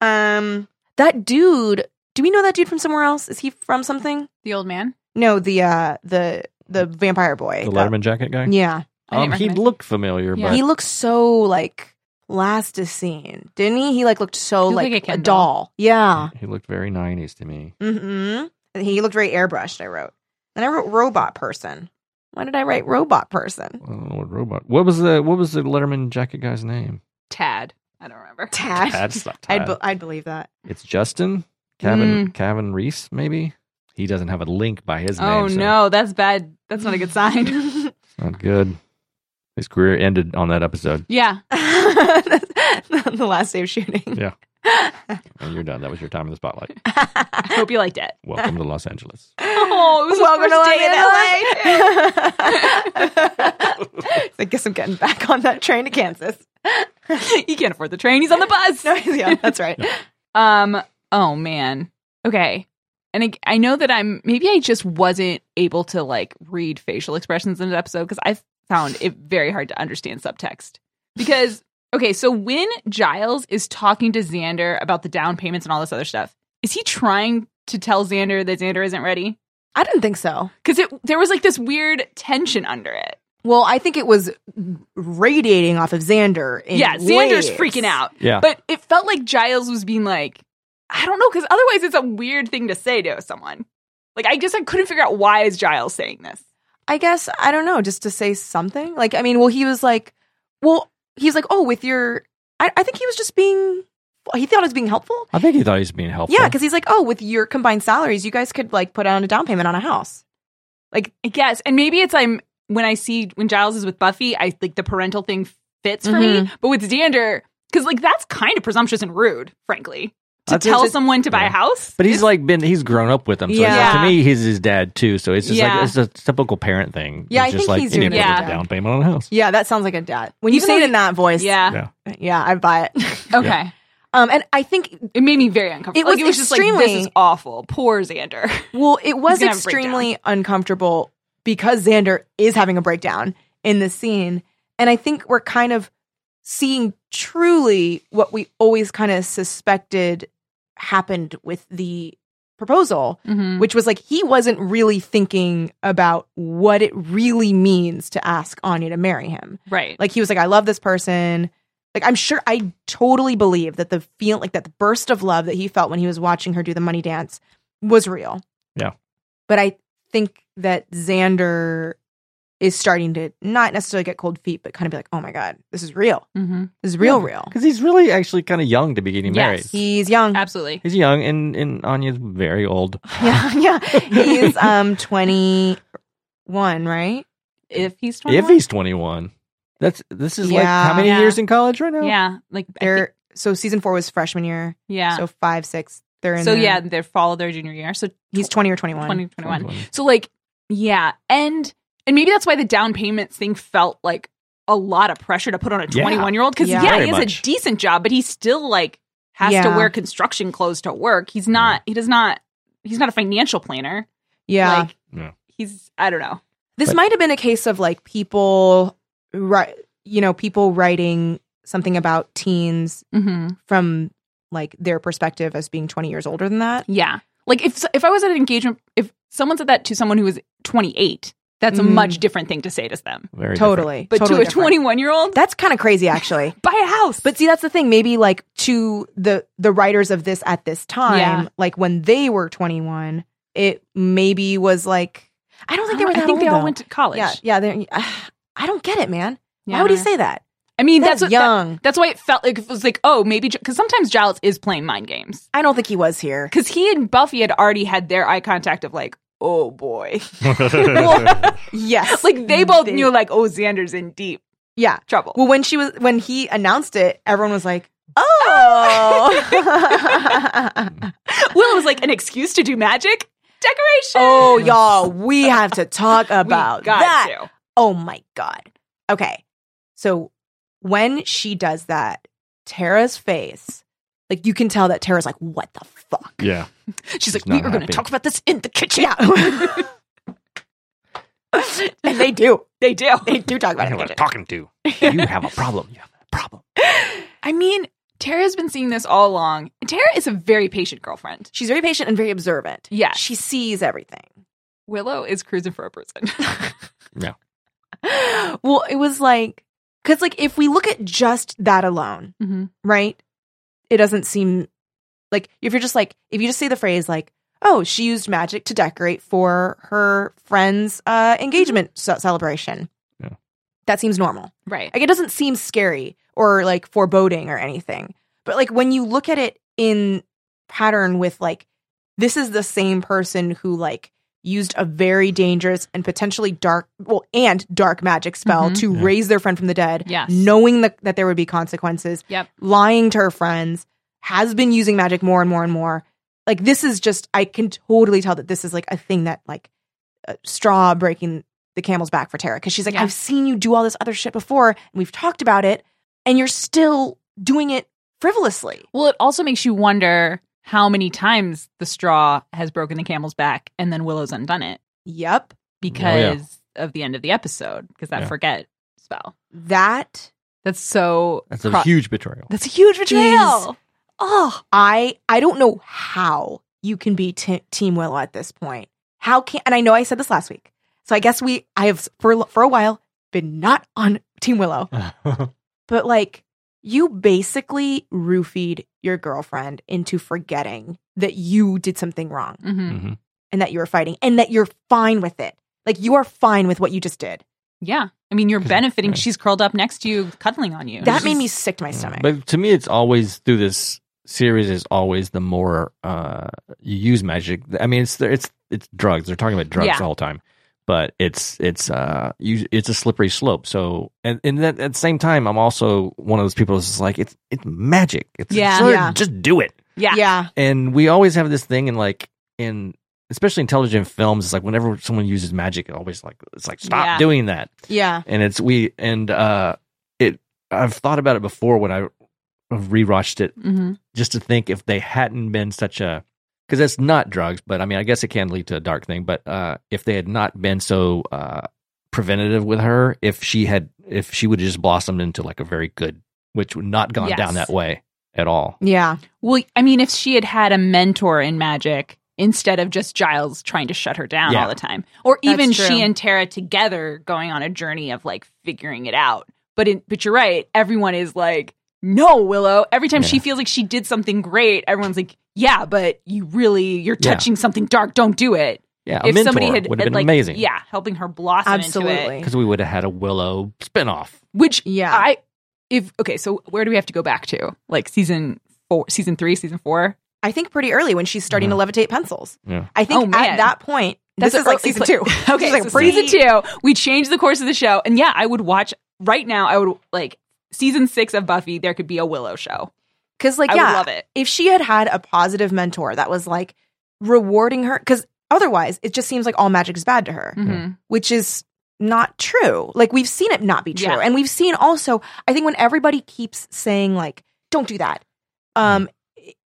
Speaker 3: um, that dude. Do we know that dude from somewhere else? Is he from something?
Speaker 2: The old man.
Speaker 3: No, the uh, the the vampire boy.
Speaker 4: The Letterman jacket guy.
Speaker 3: Yeah,
Speaker 2: I didn't
Speaker 4: Um, he
Speaker 2: recognize-
Speaker 4: looked familiar,
Speaker 2: Yeah.
Speaker 4: but
Speaker 3: he looks so like plasticine, didn't he? He like looked so
Speaker 2: He looked
Speaker 3: like,
Speaker 2: like a
Speaker 3: a
Speaker 2: Ken
Speaker 3: doll. Yeah.
Speaker 4: he looked very '90s to me.
Speaker 3: Mm-hmm. He looked very airbrushed. I wrote. Then I wrote robot person. Why did I write robot person?
Speaker 4: I don't know Oh, what robot. What was the What was the Letterman jacket guy's name?
Speaker 2: Tad. I don't remember.
Speaker 3: Tad.
Speaker 4: Tad's not
Speaker 3: I'd,
Speaker 4: Tad.
Speaker 3: be- I'd believe that.
Speaker 4: it's Justin Kevin Kevin Reese. Maybe he doesn't have a link by his name.
Speaker 2: Oh
Speaker 4: so
Speaker 2: no, that's bad. That's not a good sign.
Speaker 4: it's not good. His career ended on that episode.
Speaker 2: yeah.
Speaker 3: the the last day of shooting.
Speaker 4: Yeah, and you're done. That was your time in the spotlight.
Speaker 2: I hope you liked it.
Speaker 4: Welcome to Los Angeles.
Speaker 2: Oh, it was
Speaker 3: Welcome to
Speaker 2: first day
Speaker 3: London,
Speaker 2: in
Speaker 3: LA. I guess I'm getting back on that train to Kansas.
Speaker 2: LA. he can't afford the train. He's on the bus.
Speaker 3: No, yeah, that's right.
Speaker 2: Um. Oh man. Um, Okay. And I, I know that I'm maybe I just wasn't able to like read facial expressions in an episode because I found it very hard to understand subtext. Because okay, so when Giles is talking to Xander about the down payments and all this other stuff, is he trying to tell Xander that Xander isn't ready?
Speaker 3: I didn't think so.
Speaker 2: Because it there was like this weird tension under it.
Speaker 3: Well, I think it was radiating off of Xander. in
Speaker 2: yeah, Xander's
Speaker 3: waves.
Speaker 2: freaking out.
Speaker 4: Yeah.
Speaker 2: But it felt like Giles was being like, I don't know, because otherwise it's a weird thing to say to someone. Like I just I couldn't figure out why is Giles saying this.
Speaker 3: I guess I don't know, just to say something. Like, I mean, well, he was like, well, he's like, oh, with your, I, I think he was just being, he thought it was being helpful.
Speaker 4: I think he thought he was being helpful.
Speaker 3: Yeah, because he's like, oh, with your combined salaries, you guys could like put down a down payment on a house.
Speaker 2: I guess. And maybe it's I'm when I see when Giles is with Buffy, I like the parental thing fits for
Speaker 3: Mm-hmm.
Speaker 2: me. But with Xander, because like that's kind of presumptuous and rude, frankly. To
Speaker 4: I think
Speaker 2: tell
Speaker 4: it's-
Speaker 2: someone to buy a
Speaker 4: yeah.
Speaker 2: house.
Speaker 4: But he's like been he's grown up with him. So it's like,
Speaker 2: Yeah.
Speaker 4: to me, he's his dad too. So it's just
Speaker 2: Yeah.
Speaker 4: like it's a typical parent thing.
Speaker 3: Yeah,
Speaker 4: It's
Speaker 3: I
Speaker 4: just
Speaker 3: think
Speaker 4: like
Speaker 3: he's
Speaker 4: you need
Speaker 3: doing
Speaker 4: to
Speaker 2: it as
Speaker 4: put
Speaker 2: a
Speaker 4: a
Speaker 3: dad.
Speaker 4: down payment on a house.
Speaker 3: Yeah, that sounds like a dad. When you
Speaker 2: Even
Speaker 3: say it
Speaker 2: though
Speaker 3: in that voice,
Speaker 2: yeah.
Speaker 4: Yeah.
Speaker 3: yeah, I buy it.
Speaker 2: Okay.
Speaker 3: um, and I think
Speaker 2: It made me very uncomfortable.
Speaker 3: It was
Speaker 2: like, it was just like this is
Speaker 3: extremely-
Speaker 2: awful. Poor Xander.
Speaker 3: Well, it was
Speaker 2: gonna have a breakdown.
Speaker 3: extremely uncomfortable because Xander is having a breakdown in this scene. And I think we're kind of seeing truly what we always kind of suspected happened with the proposal,
Speaker 2: Mm. Mm-hmm.
Speaker 3: which was like he wasn't really thinking about what it really means to ask Anya to marry him.
Speaker 2: Right.
Speaker 3: Like he was like, I love this person. Like I'm sure I totally believe that the feel like that the burst of love that he felt when he was watching her do the money dance was real.
Speaker 4: Yeah.
Speaker 3: But I think that Xander is starting to not necessarily get cold feet, but kind of be like, oh my God, this is real.
Speaker 2: mm-hmm.
Speaker 3: This is real, real.
Speaker 4: Because he's really actually kind of young to be getting
Speaker 2: Yes.
Speaker 4: married.
Speaker 3: He's young.
Speaker 2: Absolutely.
Speaker 4: He's young and, and Anya's very old.
Speaker 3: Yeah, yeah. He's um 21, right?
Speaker 2: If he's 21.
Speaker 4: If he's twenty one. That's this is like
Speaker 3: Yeah.
Speaker 4: how many
Speaker 2: Yeah.
Speaker 4: years in college right now?
Speaker 2: yeah. Like I
Speaker 3: They're
Speaker 2: think-
Speaker 3: so season four was freshman year.
Speaker 2: yeah.
Speaker 3: So five, six. They're in
Speaker 2: So
Speaker 3: their-
Speaker 2: yeah, they fall their junior year. So
Speaker 3: He's twenty or twenty one.
Speaker 2: 2021. So like yeah, and and maybe that's why the down payments thing felt like a lot of pressure to put on a
Speaker 4: Yeah.
Speaker 2: 21 year old cuz
Speaker 3: Yeah.
Speaker 2: yeah,
Speaker 4: Very
Speaker 2: he has
Speaker 4: much.
Speaker 2: a decent job but he still like has to
Speaker 3: Yeah.
Speaker 2: wear construction clothes to work. He's not he does not he's not a financial planner.
Speaker 3: Yeah.
Speaker 2: Like
Speaker 4: Yeah.
Speaker 2: he's I don't know.
Speaker 3: This
Speaker 4: But-
Speaker 3: might have been a case of like people, ri- you know, people writing something about teens
Speaker 2: Mhm.
Speaker 3: from like their perspective as being 20 years older than that.
Speaker 2: Yeah. Like if if I was at an engagement if someone said that to someone who was 28, that's a
Speaker 3: Mm.
Speaker 2: much different thing to say to them.
Speaker 4: Very
Speaker 3: Totally.
Speaker 2: But
Speaker 3: totally
Speaker 2: to a
Speaker 3: different.
Speaker 2: 21 year old,
Speaker 3: That's kind of crazy actually.
Speaker 2: buy a house.
Speaker 3: But see that's the thing, maybe like to the the writers of this at this time,
Speaker 2: Yeah.
Speaker 3: like when they were 21, it maybe was like I don't think they were that
Speaker 2: I think
Speaker 3: old,
Speaker 2: they all
Speaker 3: though.
Speaker 2: went to college.
Speaker 3: Yeah, yeah, they're- I don't get it, man. Why would he say that?
Speaker 2: I mean, that's,
Speaker 3: That's,
Speaker 2: what, that-
Speaker 3: young.
Speaker 2: that's why it felt like it was like, oh, maybe because sometimes Giles is playing mind games
Speaker 3: I don't think he was here.
Speaker 2: because he and Buffy had already had their eye contact of like, oh boy,
Speaker 3: Yes.
Speaker 2: like they both knew like, oh, Xander's in deep
Speaker 3: Yeah.
Speaker 2: trouble.
Speaker 3: Well, when she was when he announced it, everyone was like, "Oh,
Speaker 2: Willow was like an excuse to do magic decoration.
Speaker 3: oh, y'all, we have to talk about
Speaker 2: we got
Speaker 3: that."
Speaker 2: to.
Speaker 3: Oh my god. Okay, so when she does that, Tara's face, like you can tell that Tara's like, "What the fuck?"
Speaker 4: Yeah.
Speaker 2: She's like,
Speaker 4: She's
Speaker 2: we are
Speaker 4: not
Speaker 2: going to
Speaker 4: happy.
Speaker 2: talk about this in the kitchen.
Speaker 3: Yeah. and they do.
Speaker 2: They do.
Speaker 3: They do talk about it.
Speaker 4: what I'm talking to. You have a problem. You have a problem.
Speaker 2: I mean, Tara's been seeing this all along. Tara is a very patient girlfriend.
Speaker 3: She's very patient and very observant.
Speaker 2: Yeah.
Speaker 3: She sees everything.
Speaker 2: Willow is cruising for a person.
Speaker 3: well, it was like because like if we look at just that alone,
Speaker 2: mm-hmm.
Speaker 3: right? It doesn't seem like if you're just like if you just say the phrase like, "Oh, she used magic to decorate for her friend's uh, engagement ce- celebration,"
Speaker 4: Yeah.
Speaker 3: that seems normal.
Speaker 2: Right.
Speaker 3: Like it doesn't seem scary or like foreboding or anything. But like when you look at it in pattern with like this is the same person who like used a very dangerous and potentially dark well and dark magic spell
Speaker 2: Mhm.
Speaker 3: to
Speaker 4: Yeah.
Speaker 3: raise their friend from the dead
Speaker 2: Yes.
Speaker 3: knowing that that there would be consequences
Speaker 2: Yep.
Speaker 3: lying to her friends has been using magic more and more and more like this is just i can totally tell that this is like a thing that like a straw breaking the camel's back for tara because she's like
Speaker 2: Yeah.
Speaker 3: i've seen you do all this other shit before and we've talked about it and you're still doing it frivolously
Speaker 2: Well, it also makes you wonder how many times the straw has broken the camel's back and then Willow's undone
Speaker 4: Oh,
Speaker 2: it
Speaker 3: Yep.
Speaker 2: because of the end of the episode because that
Speaker 4: Yeah.
Speaker 2: forget spell.
Speaker 3: That
Speaker 2: That's so
Speaker 4: That's a
Speaker 2: cro-
Speaker 4: huge betrayal.
Speaker 2: That's a huge
Speaker 3: Jeez.
Speaker 2: betrayal.
Speaker 3: oh, I I don't know how you can be t- Team Willow at this point. How can and I know I said this last week. So I guess we I have for for a while been not on Team Willow. but like you basically roofied your girlfriend into forgetting that you did something wrong
Speaker 2: hmm
Speaker 4: Mhm.
Speaker 3: and that you were fighting and that you're fine with it. Like you are fine with what you just did.
Speaker 2: Yeah. I mean, you're
Speaker 4: 'Cause-
Speaker 2: benefiting.
Speaker 4: yeah.
Speaker 2: She's curled up next to you, cuddling on you.
Speaker 3: That made me sick to my stomach.
Speaker 4: But to me, it's always through this series is always the more uh, you use magic. I mean, it's it's it's drugs. They're talking about drugs
Speaker 2: Yeah.
Speaker 4: the whole time, but it's it's uh you, it's a slippery slope. So and and that, at the same time, I'm also one of those people who's just like it's it's magic. It's
Speaker 2: Yeah.
Speaker 4: absurd.
Speaker 3: Yeah.
Speaker 4: just do it.
Speaker 2: Yeah.
Speaker 3: yeah.
Speaker 4: And we always have this thing in like in especially intelligent films. It's like whenever someone uses magic, it always like it's like stop
Speaker 2: Yeah.
Speaker 4: doing that
Speaker 3: Yeah.
Speaker 4: and it's we and uh it i've thought about it before when i rewatched it
Speaker 2: hmm
Speaker 4: just to think if they hadn't been such a because it's not drugs but i mean i guess it can lead to a dark thing but uh if they had not been so uh preventative with her if she had if she would have just blossomed into like a very good which would not gone
Speaker 2: Yes.
Speaker 4: down that way at all
Speaker 3: Yeah.
Speaker 2: Well, I mean, if she had had a mentor in magic instead of just Giles trying to shut her down
Speaker 4: Yeah.
Speaker 2: all the time, or
Speaker 3: That's
Speaker 2: even
Speaker 3: true.
Speaker 2: she and Tara together going on a journey of like figuring it out. But in, but you're right. Everyone is like, no, Willow. Every time
Speaker 4: Yeah.
Speaker 2: she feels like she did something great, everyone's like, yeah, but you really you're
Speaker 4: Yeah.
Speaker 2: touching something dark. Don't do it.
Speaker 4: yeah a mentor would have been
Speaker 2: like,
Speaker 4: amazing
Speaker 2: yeah, helping her blossom into it,
Speaker 3: Absolutely.
Speaker 4: because we would have had a willow spinoff
Speaker 2: which
Speaker 3: Yeah.
Speaker 2: I if okay, so where do we have to go back to? Like season four, season three, season four.
Speaker 3: I think pretty early when she's starting to levitate pencils.
Speaker 4: Yeah.
Speaker 3: I
Speaker 2: Oh,
Speaker 3: think
Speaker 2: man.
Speaker 3: at that point, this
Speaker 2: an
Speaker 3: is like
Speaker 2: early
Speaker 3: season
Speaker 2: play-
Speaker 3: two. This
Speaker 2: okay,
Speaker 3: is like
Speaker 2: so
Speaker 3: pretty-
Speaker 2: season two. We changed the course of the show, and yeah, I would watch right now. I would like season six of Buffy. There could be a Willow show.
Speaker 3: Because like
Speaker 2: I
Speaker 3: yeah,
Speaker 2: would love it.
Speaker 3: if she had had a positive mentor that was like rewarding her, because otherwise it just seems like all magic is bad to her.
Speaker 4: Mm-hmm.
Speaker 2: Mhm.
Speaker 3: which is not true. Like we've seen it not be true.
Speaker 2: Yeah.
Speaker 3: And we've seen also, I think when everybody keeps saying like, don't do that. Um
Speaker 2: Mm.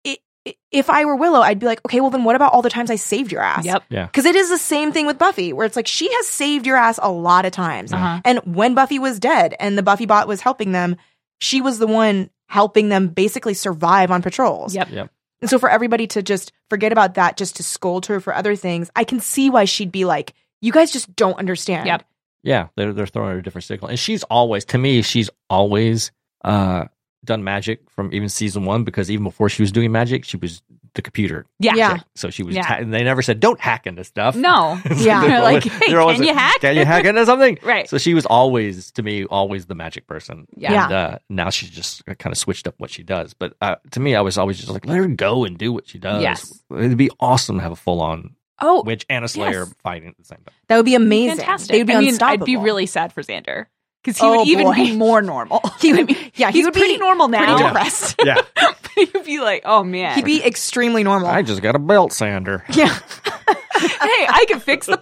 Speaker 3: i i if I were Willow, I'd be like, okay, well then what about all the times I saved your ass?
Speaker 2: Yep.
Speaker 3: Cuz it is the same thing with Buffy where it's like she has saved your ass a lot of times.
Speaker 2: Uh-huh.
Speaker 3: And when Buffy was dead and the Buffy bot was helping them, she was the one helping them basically survive on patrols.
Speaker 2: Yep.
Speaker 4: Yep.
Speaker 3: And so for everybody to just forget about that, just to scold her for other things, I can see why she'd be like, you guys just don't understand.
Speaker 2: Yep.
Speaker 4: Yeah, they're they're throwing her a different signal, and she's always to me she's always uh done magic from even season one because even before she was doing magic, she was the computer.
Speaker 2: Yeah.
Speaker 3: Yeah.
Speaker 4: chick. So she was,
Speaker 2: Yeah.
Speaker 4: ta- and they never said don't hack into stuff.
Speaker 2: No.
Speaker 4: So
Speaker 3: Yeah.
Speaker 4: they're
Speaker 2: They're like,
Speaker 4: always-
Speaker 2: hey,
Speaker 4: they're always
Speaker 2: can you
Speaker 4: like,
Speaker 2: hack?
Speaker 4: Can you hack into something?
Speaker 2: Right.
Speaker 4: So she was always to me always the magic person.
Speaker 2: Yeah.
Speaker 4: And, uh, now she's just kind of switched up what she does. But uh, to me, I was always just like, let her go and do what she does.
Speaker 2: Yes.
Speaker 4: It'd be awesome to have a full on
Speaker 3: Oh,
Speaker 4: witch and a slayer
Speaker 2: yes.
Speaker 4: fighting at the same time.
Speaker 3: that would be amazing.
Speaker 2: Fantastic.
Speaker 3: They would be
Speaker 2: I mean,
Speaker 3: unstoppable.
Speaker 2: I'd be really sad for Xander because he
Speaker 3: Oh,
Speaker 2: would even
Speaker 3: boy.
Speaker 2: be more normal.
Speaker 3: He would-
Speaker 2: I mean,
Speaker 3: yeah, he
Speaker 2: he's
Speaker 3: would be
Speaker 2: pretty normal now.
Speaker 3: pretty
Speaker 4: Yeah.
Speaker 3: depressed.
Speaker 4: Yeah.
Speaker 2: He'd be like, oh man,
Speaker 3: He'd be extremely normal.
Speaker 4: I just got a belt sander.
Speaker 3: yeah.
Speaker 2: hey, I can fix the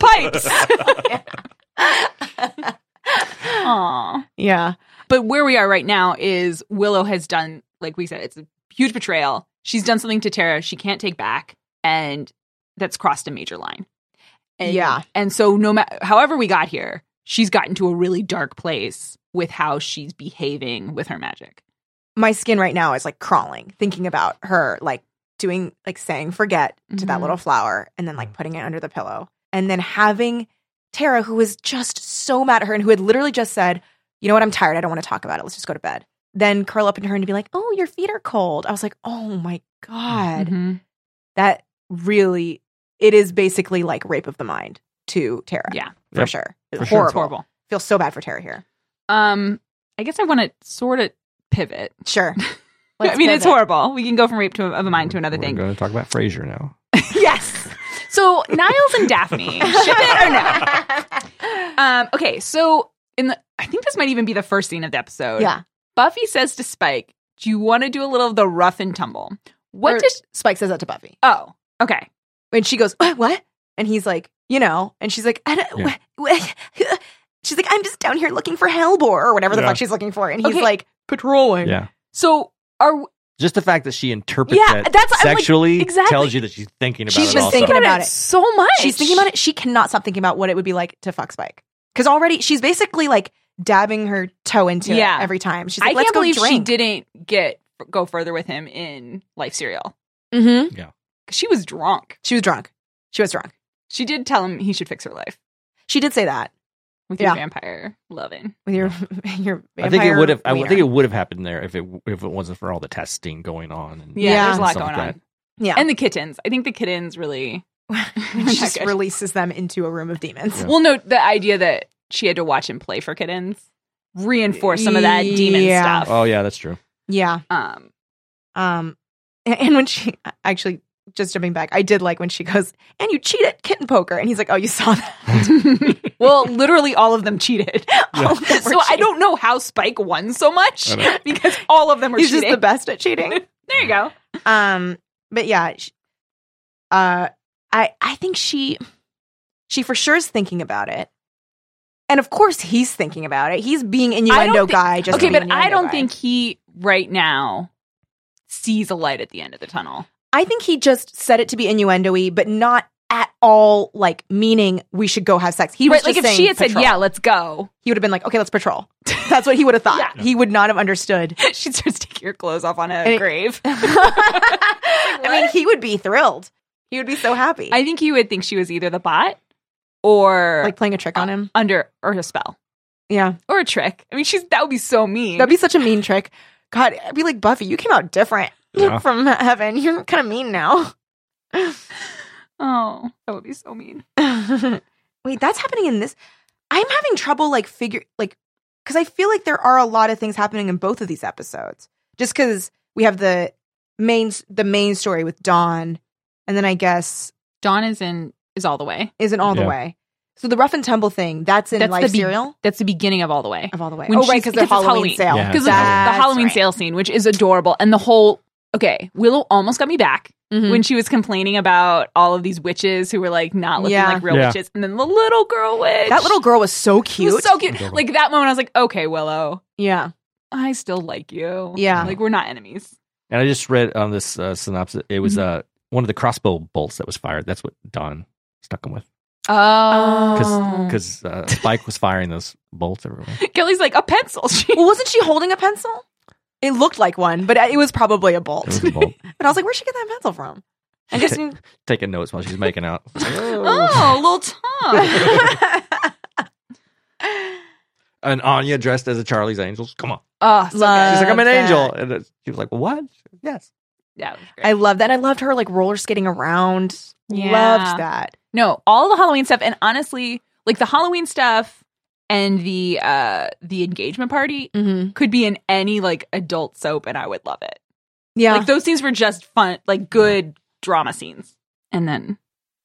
Speaker 2: pipes. Aw.
Speaker 3: Yeah.
Speaker 2: But where we are right now is Willow has done, like we said, it's a huge betrayal. She's done something to Tara she can't take back, and that's crossed a major line. And,
Speaker 3: Yeah.
Speaker 2: And so, no matter however we got here, she's gotten to a really dark place with how she's behaving with her magic.
Speaker 3: My skin right now is like crawling, thinking about her like doing, like saying forget to that
Speaker 2: Mhm.
Speaker 3: little flower and then
Speaker 2: Mm.
Speaker 3: like putting it under the pillow. And then having Tara, who was just so mad at her and who had literally just said, you know what, I'm tired. I don't want to talk about it. Let's just go to bed. Then curl up in her and be like, oh, your feet are cold. I was like, oh my God.
Speaker 2: Mhm.
Speaker 3: that really it is basically like rape of the mind to Tara.
Speaker 2: Yeah.
Speaker 3: for
Speaker 4: Yep.
Speaker 3: sure.
Speaker 4: For sure.
Speaker 3: horrible.
Speaker 2: It's horrible.
Speaker 3: Feel so bad for Tara here.
Speaker 2: Um, I guess I want to sort of pivot.
Speaker 3: Sure.
Speaker 2: I mean, it's
Speaker 3: pivot.
Speaker 2: horrible. We can go from rape to of a mind to another
Speaker 4: We're
Speaker 2: thing.
Speaker 4: going to talk about Frasier now.
Speaker 2: Yes. So Niles and Daphne, ship it or no? Um, okay, so in the I think this might even be the first scene of the episode.
Speaker 3: Yeah.
Speaker 2: Buffy says to Spike, "Do you want to do a little of the rough and tumble?" What
Speaker 3: Or-
Speaker 2: does?
Speaker 3: Spike says that to Buffy,
Speaker 2: Oh, okay.
Speaker 3: and she goes, "What? what?" And he's like, "You know," and she's like, "I don't."
Speaker 4: Yeah.
Speaker 3: wh- wh- She's like, "I'm just down here looking for Hellbore or whatever the
Speaker 4: Yeah.
Speaker 3: fuck she's looking for," and he's
Speaker 2: Okay.
Speaker 3: like, "Patrolling."
Speaker 4: Yeah.
Speaker 2: So are
Speaker 4: Just the fact that she interprets
Speaker 6: Yeah,
Speaker 4: that
Speaker 6: that's- I'm like,
Speaker 4: sexually
Speaker 6: exactly.
Speaker 4: tells you that she's thinking about
Speaker 3: She's
Speaker 4: it.
Speaker 3: been
Speaker 4: also.
Speaker 3: thinking about it.
Speaker 6: so much.
Speaker 3: She's thinking about it. She cannot stop thinking about what it would be like to fuck Spike. Because already she's basically like dabbing her toe into
Speaker 2: Yeah.
Speaker 3: it every time. She's
Speaker 2: I
Speaker 3: like, let's
Speaker 2: can't
Speaker 3: go
Speaker 2: believe
Speaker 3: drink.
Speaker 2: she didn't get go further with him in Life Serial
Speaker 6: Mm-hmm.
Speaker 2: because she was drunk.
Speaker 3: She was drunk. She was drunk.
Speaker 2: She did tell him he should fix her life
Speaker 3: She did say that
Speaker 2: with
Speaker 3: Yeah.
Speaker 2: your vampire loving.
Speaker 3: with your your.
Speaker 4: I think it
Speaker 3: vampire
Speaker 4: would have. I would
Speaker 3: wiener.
Speaker 4: think it would have happened there if it if it wasn't for all the testing going on. And
Speaker 2: Yeah,
Speaker 3: Yeah.
Speaker 2: there's a lot
Speaker 4: Stuff
Speaker 2: going
Speaker 4: like that.
Speaker 2: on.
Speaker 3: yeah.
Speaker 2: And the kittens. I think the kittens really.
Speaker 3: She
Speaker 2: Not
Speaker 3: just
Speaker 2: good.
Speaker 3: releases them into a room of demons.
Speaker 2: Well, no, the idea that she had to watch him play for kittens reinforced some of that demon
Speaker 3: Yeah.
Speaker 2: stuff.
Speaker 4: Oh yeah, that's true.
Speaker 3: Yeah.
Speaker 4: Oh.
Speaker 2: Um,
Speaker 3: Um. And, and when she actually just jumping back, I did like when she goes and you cheat at kitten poker, and he's like, oh, you saw that.
Speaker 2: well, literally all of them cheated. All of them
Speaker 3: Yeah.
Speaker 2: were so I don't know how Spike won so much
Speaker 4: I know.
Speaker 2: because all of them were
Speaker 3: he's
Speaker 2: cheating.
Speaker 3: just the best at cheating.
Speaker 2: there you go.
Speaker 3: um but yeah sh uh i i think she she for sure is thinking about it and of course he's thinking about it he's being innuendo
Speaker 2: thi-
Speaker 3: guy just
Speaker 2: okay,
Speaker 3: being
Speaker 2: but I
Speaker 3: innuendo
Speaker 2: don't
Speaker 3: guy.
Speaker 2: think he right now sees a light at the end of the tunnel.
Speaker 3: i think he just said it to be innuendo-y but not at all like meaning we should go have sex he was
Speaker 2: right, like
Speaker 3: just
Speaker 2: if she
Speaker 3: saying
Speaker 2: had
Speaker 3: patrol.
Speaker 2: said, "Yeah, let's go,"
Speaker 3: he would have been like okay let's patrol that's what he would have thought he would not have understood
Speaker 2: she starts taking her clothes off on a
Speaker 3: And it-
Speaker 2: grave.
Speaker 3: i mean he would be thrilled he would be so happy
Speaker 2: I think he would think she was either the bot or
Speaker 3: like playing a trick on him
Speaker 2: under or a spell
Speaker 3: yeah
Speaker 2: or a trick. I mean, she's that would be so mean.
Speaker 3: That'd be such a mean trick. God, I'd be like Buffy. You came out different
Speaker 4: Yeah.
Speaker 3: from heaven. You're kind of mean now.
Speaker 2: oh, that would be so mean.
Speaker 3: Wait, that's happening in this. I'm having trouble like figure like because I feel like there are a lot of things happening in both of these episodes. Just because we have the main the main story with Dawn, and then I guess
Speaker 2: Dawn is in is all the way.
Speaker 3: isn't all
Speaker 4: Yeah.
Speaker 3: the way. So the rough and tumble thing that's in
Speaker 2: That's
Speaker 3: life
Speaker 2: the be-
Speaker 3: serial
Speaker 2: That's the beginning of all the way.
Speaker 3: of all the way.
Speaker 2: when
Speaker 3: oh right,
Speaker 2: she's-
Speaker 3: because the
Speaker 2: because it's Halloween.
Speaker 3: Halloween, sale.
Speaker 4: Yeah.
Speaker 2: because of the
Speaker 3: That's
Speaker 2: Halloween
Speaker 3: right.
Speaker 2: sale scene, which is adorable, and the whole okay, Willow almost got me back
Speaker 3: Mhm.
Speaker 2: when she was complaining about all of these witches who were like not looking
Speaker 3: Yeah.
Speaker 2: like real
Speaker 4: Yeah.
Speaker 2: witches, and then the little girl witch,
Speaker 3: That little girl was so
Speaker 2: she
Speaker 3: cute.
Speaker 2: was so cute.
Speaker 4: Adorable.
Speaker 2: Like that moment, I was like, okay, Willow,
Speaker 3: yeah,
Speaker 2: I still like you.
Speaker 3: yeah.
Speaker 2: like we're not enemies.
Speaker 4: And I just read on this uh, synopsis. It was
Speaker 3: Mm-hmm.
Speaker 4: uh, one of the crossbow bolts that was fired. That's what Don stuck him with
Speaker 3: Oh.
Speaker 4: because uh, Spike was firing those bolts everywhere.
Speaker 2: Kelly's like a pencil. She
Speaker 3: Well, wasn't she holding a pencil? It looked like one, but it was probably a bolt.
Speaker 4: It was a bolt.
Speaker 3: But I was like, where'd she get that pencil from? I just
Speaker 4: Taking notes while she's making out.
Speaker 2: oh, little Tom.
Speaker 4: And Anya dressed as a Charlie's Angels. Come on.
Speaker 2: oh, so
Speaker 3: Love.
Speaker 4: She's like, I'm an
Speaker 3: that.
Speaker 4: angel. And uh, she was like, What? Yes.
Speaker 2: good. Yeah, it was great.
Speaker 3: I loved that. And I loved her like roller skating around.
Speaker 2: Yeah.
Speaker 3: Loved that.
Speaker 2: No, all the Halloween stuff, and honestly, like the Halloween stuff and the uh the engagement party
Speaker 3: Mm-hmm.
Speaker 2: could be in any like adult soap, and I would love it.
Speaker 3: Yeah.
Speaker 2: Like those scenes were just fun, like good drama scenes. And then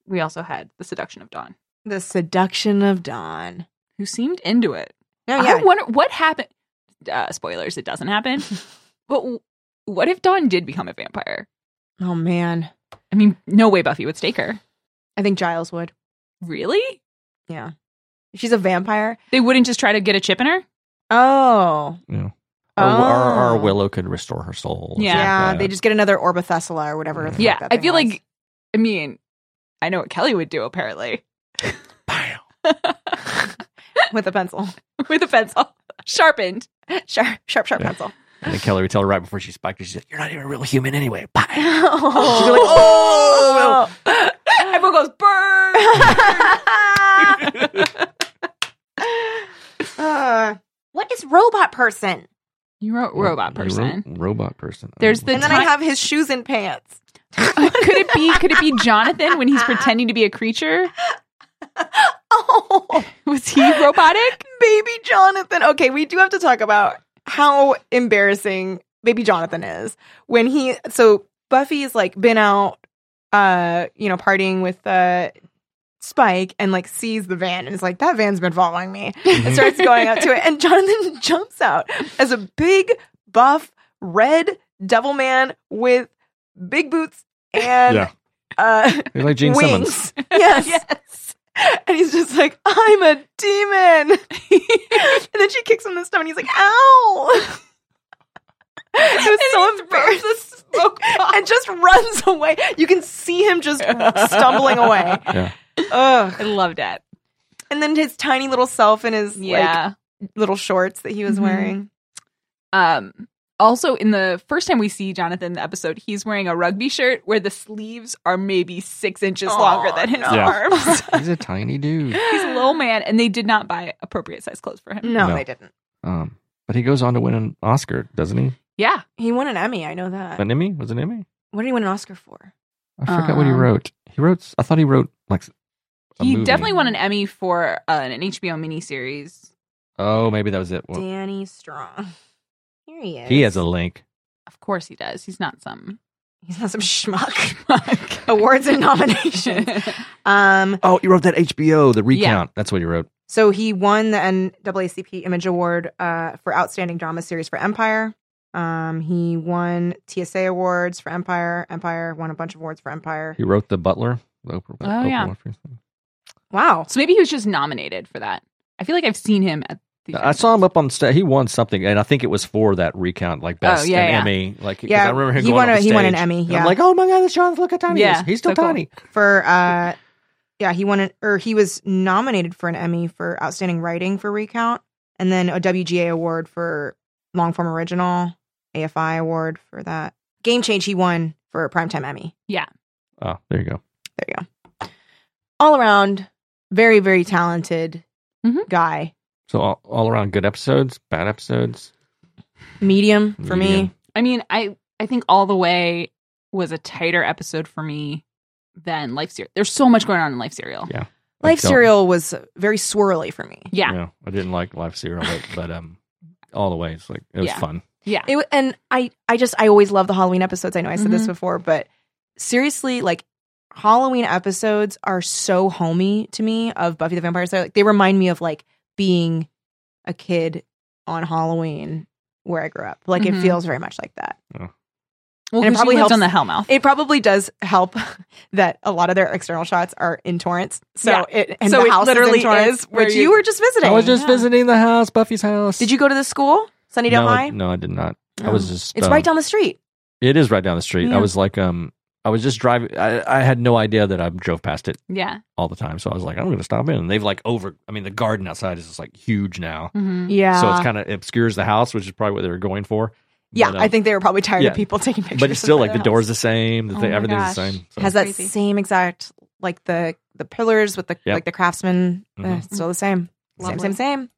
Speaker 2: we also had the seduction of Dawn,
Speaker 3: the seduction of dawn.
Speaker 2: who seemed into it.
Speaker 3: Oh,
Speaker 2: I wonder what happened. Uh, spoilers, it doesn't happen. but w- what if Dawn did become a vampire?
Speaker 3: oh man.
Speaker 2: I mean, no way Buffy would stake her.
Speaker 3: I think Giles would.
Speaker 2: Really?
Speaker 3: She's a vampire.
Speaker 2: They wouldn't just try to get a chip in her?
Speaker 3: Oh.
Speaker 4: Yeah. Or,
Speaker 3: Oh.
Speaker 4: or, or Willow could restore her soul. or
Speaker 2: Yeah.
Speaker 4: something
Speaker 3: Yeah.
Speaker 4: like uh,
Speaker 3: They
Speaker 4: that.
Speaker 3: just get another Orbothesla or whatever. the fuck
Speaker 2: Yeah,
Speaker 3: that
Speaker 2: I
Speaker 3: thing
Speaker 2: feel
Speaker 3: was.
Speaker 2: like, I mean, I know what Kelly would do apparently
Speaker 4: Bam.
Speaker 3: with a pencil.
Speaker 2: with a pencil sharpened.
Speaker 3: Sharp, sharp, sharp
Speaker 4: Yeah.
Speaker 3: pencil.
Speaker 4: And then Kelly would tell her right before she spiked her, she's like, You're not even a real human anyway. Bye.
Speaker 3: Oh.
Speaker 2: She'd be like,
Speaker 3: oh.
Speaker 2: Everyone goes, burn!
Speaker 3: Uh, what is robot person?
Speaker 2: you wrote robot
Speaker 4: Ro-
Speaker 2: person.
Speaker 4: robot person. Um,
Speaker 2: There's the
Speaker 3: And then I have his shoes and pants.
Speaker 2: could it be could it be Jonathan when he's pretending to be a creature?
Speaker 3: Oh,
Speaker 2: Was he robotic?
Speaker 3: baby Jonathan. Okay, we do have to talk about how embarrassing baby Jonathan is when he. So Buffy's like been out, uh, you know, partying with uh Spike and like sees the van and is like, that van's been following me. and starts going up to it. And Jonathan jumps out as a big, buff, red devil man with big boots and
Speaker 4: Yeah.
Speaker 3: uh,
Speaker 4: You're like Gene Simmons.
Speaker 3: wings. Yes. And he's just like, I'm a demon. and then she kicks him in the stomach and he's like, ow. It was so
Speaker 2: he throws
Speaker 3: embarrassing. and just runs away. You can see him just stumbling away.
Speaker 4: Yeah.
Speaker 3: Ugh.
Speaker 2: I loved it.
Speaker 3: And then his tiny little self in his
Speaker 2: Yeah.
Speaker 3: like little shorts that he was
Speaker 2: Mhm.
Speaker 3: wearing.
Speaker 2: Um, also, in the first time we see Jonathan in the episode, he's wearing a rugby shirt where the sleeves are maybe six inches
Speaker 3: Aw,
Speaker 2: longer than his
Speaker 3: no.
Speaker 4: Yeah.
Speaker 2: arms.
Speaker 4: He's a tiny dude.
Speaker 2: he's a little man, and they did not buy appropriate size clothes for him.
Speaker 3: No,
Speaker 4: No.
Speaker 3: they didn't.
Speaker 4: Um, but he goes on to win an Oscar, doesn't he?
Speaker 2: Yeah.
Speaker 3: He won an Emmy. I know that.
Speaker 4: An Emmy? Was it an Emmy?
Speaker 3: what did he win an Oscar for?
Speaker 4: I forgot what he
Speaker 2: Um,
Speaker 4: wrote. He wrote. I thought he wrote like. a
Speaker 2: He
Speaker 4: movie.
Speaker 2: definitely won an Emmy for uh, an HBO miniseries.
Speaker 4: Oh, maybe that was it. Well,
Speaker 3: Danny Strong. Here he is.
Speaker 4: he has a link.
Speaker 2: Of course he does. He's not some.
Speaker 3: He's not some schmuck. Awards and nominations. Um.
Speaker 4: Oh, he wrote that HBO, the
Speaker 2: recount.
Speaker 4: recount. That's what he wrote.
Speaker 3: So he won the NAACP Image Award uh, for Outstanding Drama Series for Empire. Um, he won TSA awards for Empire. Empire won a bunch of awards for Empire.
Speaker 4: He wrote The Butler. the Oprah,
Speaker 2: Oh, yeah.
Speaker 4: Winfrey thing.
Speaker 3: Wow.
Speaker 2: so maybe he was just nominated for that. I feel like I've seen him at. these
Speaker 4: I saw him up on stage. He won something, and I think it was for that recount, like
Speaker 2: Oh,
Speaker 4: best
Speaker 2: yeah,
Speaker 4: and
Speaker 2: yeah.
Speaker 4: Emmy. Like, 'cause
Speaker 3: Yeah,
Speaker 4: I remember him
Speaker 3: he
Speaker 4: going
Speaker 3: won
Speaker 4: up
Speaker 3: a-
Speaker 4: on
Speaker 3: he won an
Speaker 4: stage,
Speaker 3: Emmy,
Speaker 4: and
Speaker 3: yeah.
Speaker 4: I'm like, oh my god, this John, look how tiny he
Speaker 2: Yeah,
Speaker 4: is. He's still
Speaker 2: so cool.
Speaker 4: tiny.
Speaker 3: For uh, yeah, he won an or he was nominated for an Emmy for Outstanding Writing for Recount, and then a WGA award for long form original, AFI award for that game change. He won for a primetime Emmy.
Speaker 4: Oh, there you go.
Speaker 3: There you go. All around, very very talented
Speaker 2: Mhm.
Speaker 3: guy.
Speaker 4: So all, all around good episodes, bad episodes.
Speaker 3: medium for me.
Speaker 4: Medium.
Speaker 2: I mean, I I think all the way was a tighter episode for me than Life Serial. There's so much going on in Life Serial.
Speaker 4: Yeah. I
Speaker 3: Life
Speaker 4: don't-
Speaker 3: Serial was very swirly for me.
Speaker 2: Yeah.
Speaker 4: Yeah, I didn't like Life Serial, but, but um, all the way, it's like it was
Speaker 2: Yeah.
Speaker 4: fun.
Speaker 2: Yeah.
Speaker 3: It, wa- and I, I just, I always love the Halloween episodes. I know I said this before, but seriously, like Halloween episodes are so homey to me of Buffy the Vampire Slayer. Like they remind me of like being a kid on Halloween where I grew up. Like
Speaker 2: Mhm.
Speaker 3: it feels very much like that.
Speaker 2: Well,
Speaker 3: And it
Speaker 2: 'cause she
Speaker 3: probably
Speaker 2: lives
Speaker 3: helps-
Speaker 2: on the Hellmouth.
Speaker 3: It probably does help that a lot of their external shots are in Torrance. So
Speaker 2: Yeah.
Speaker 3: it and
Speaker 2: So
Speaker 3: the
Speaker 2: it
Speaker 3: house
Speaker 2: literally
Speaker 3: is in Torrance,
Speaker 2: is where
Speaker 3: which
Speaker 2: you-
Speaker 3: you, were just visiting.
Speaker 4: I was just
Speaker 2: Yeah.
Speaker 4: visiting the house, Buffy's house.
Speaker 3: Did you go to the school, Sunnydale
Speaker 4: no, I-
Speaker 3: High?
Speaker 4: no, I did not. I
Speaker 3: Oh.
Speaker 4: was just.
Speaker 3: It's
Speaker 4: um,
Speaker 3: right down Mm. the street.
Speaker 4: It is right down the street.
Speaker 3: Yeah.
Speaker 4: I was like, um, I was just driving. I, I had no idea that I drove past it
Speaker 2: yeah.
Speaker 4: all the time, so I was like, I'm going to stop in. And they've like over. I mean, the garden outside is just like huge now,
Speaker 2: Mhm.
Speaker 3: Yeah.
Speaker 4: so it's kind of obscures the house, which is probably what they were going for.
Speaker 3: yeah,
Speaker 4: but, um,
Speaker 3: I think they were probably tired
Speaker 4: yeah.
Speaker 3: of people taking pictures.
Speaker 4: But it's still
Speaker 3: in
Speaker 4: like
Speaker 3: front
Speaker 4: the
Speaker 3: of
Speaker 4: door's the same. The
Speaker 2: Oh
Speaker 4: thing,
Speaker 2: my
Speaker 4: everything's the
Speaker 2: gosh.
Speaker 4: same.
Speaker 3: house.
Speaker 4: So.
Speaker 3: It has that
Speaker 2: Crazy.
Speaker 3: same exact like the the pillars with the
Speaker 4: Yep.
Speaker 3: like the craftsman. uh,
Speaker 4: Mhm.
Speaker 3: still the same.
Speaker 2: Lovely.
Speaker 3: Same, same, same.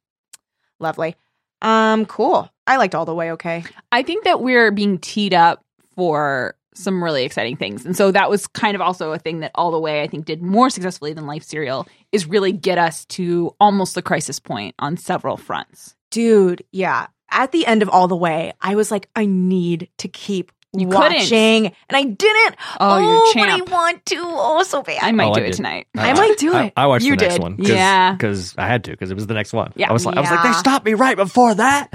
Speaker 3: Lovely. Um, cool. I liked all the way. Okay.
Speaker 2: I think that we're being teed up for some really exciting things. And so that was kind of also a thing that All the Way I think did more successfully than Life Serial is really get us to almost the crisis point on several fronts.
Speaker 3: Dude, yeah. At the end of all the way, I was like, I need to keep
Speaker 2: You couldn't.
Speaker 3: watching, and I didn't.
Speaker 2: Oh, you're a
Speaker 3: but I
Speaker 2: champ.
Speaker 3: want to oh so bad.
Speaker 2: I might
Speaker 4: Oh, I
Speaker 2: do it
Speaker 4: did.
Speaker 2: tonight.
Speaker 3: I might do it.
Speaker 4: I, I watched
Speaker 3: You
Speaker 4: the next
Speaker 3: did.
Speaker 4: one. Cause,
Speaker 2: Yeah.
Speaker 4: because I had to because it was the next one.
Speaker 2: Yeah.
Speaker 4: I was like, I was like,
Speaker 3: Yeah.
Speaker 4: they stopped me right before that.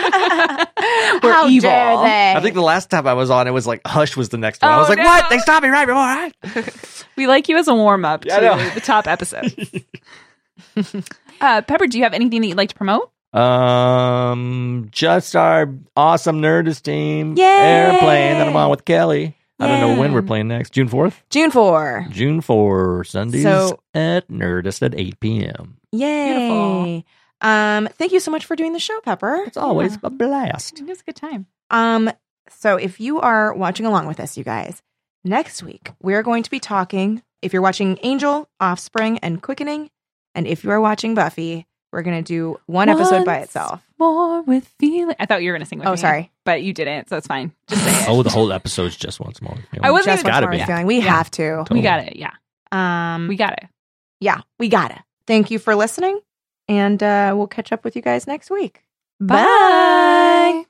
Speaker 2: We're
Speaker 3: How
Speaker 2: evil.
Speaker 3: dare they?
Speaker 4: I think the last time I was on, it was like Hush was the next one. I
Speaker 2: Oh,
Speaker 4: was like,
Speaker 2: no.
Speaker 4: what? They stopped me right before that.
Speaker 2: We like you as a warm up
Speaker 4: Yeah, I
Speaker 2: to
Speaker 4: know.
Speaker 2: the top episode. uh, Pepper, do you have anything that you'd like to promote?
Speaker 4: Um, just our awesome Nerdist team
Speaker 3: Yay!
Speaker 4: airplane that I'm on with Kelly. I don't know when
Speaker 3: Yeah.
Speaker 4: we're playing next. June fourth,
Speaker 3: June four.
Speaker 4: June four, Sundays
Speaker 3: So-
Speaker 4: at Nerdist at eight p.m.
Speaker 3: Yay.
Speaker 2: Beautiful.
Speaker 3: Um, thank you so much for doing the show, Pepper.
Speaker 4: It's always a blast.
Speaker 2: It was a good time.
Speaker 3: Um, so if you are watching along with us, you guys, next week we're going to be talking. If you're watching Angel, Offspring, and Quickening, and if you are watching Buffy, we're gonna do one episode by
Speaker 2: Once
Speaker 3: itself.
Speaker 2: More with feeling. I thought you were going to sing with
Speaker 3: Oh,
Speaker 2: me,
Speaker 3: sorry.
Speaker 2: but you didn't, so it's fine. Just say it.
Speaker 4: Oh, the whole episode's just once more.
Speaker 2: I wasn't
Speaker 3: Just
Speaker 2: even-
Speaker 3: one
Speaker 4: Gotta
Speaker 3: more
Speaker 4: be.
Speaker 3: feeling. We
Speaker 2: Yeah.
Speaker 3: have to.
Speaker 2: We got it. Yeah,
Speaker 3: Um,
Speaker 2: we got it.
Speaker 3: yeah, we gotta. Thank you for listening, and uh, we'll catch up with you guys next week. Bye.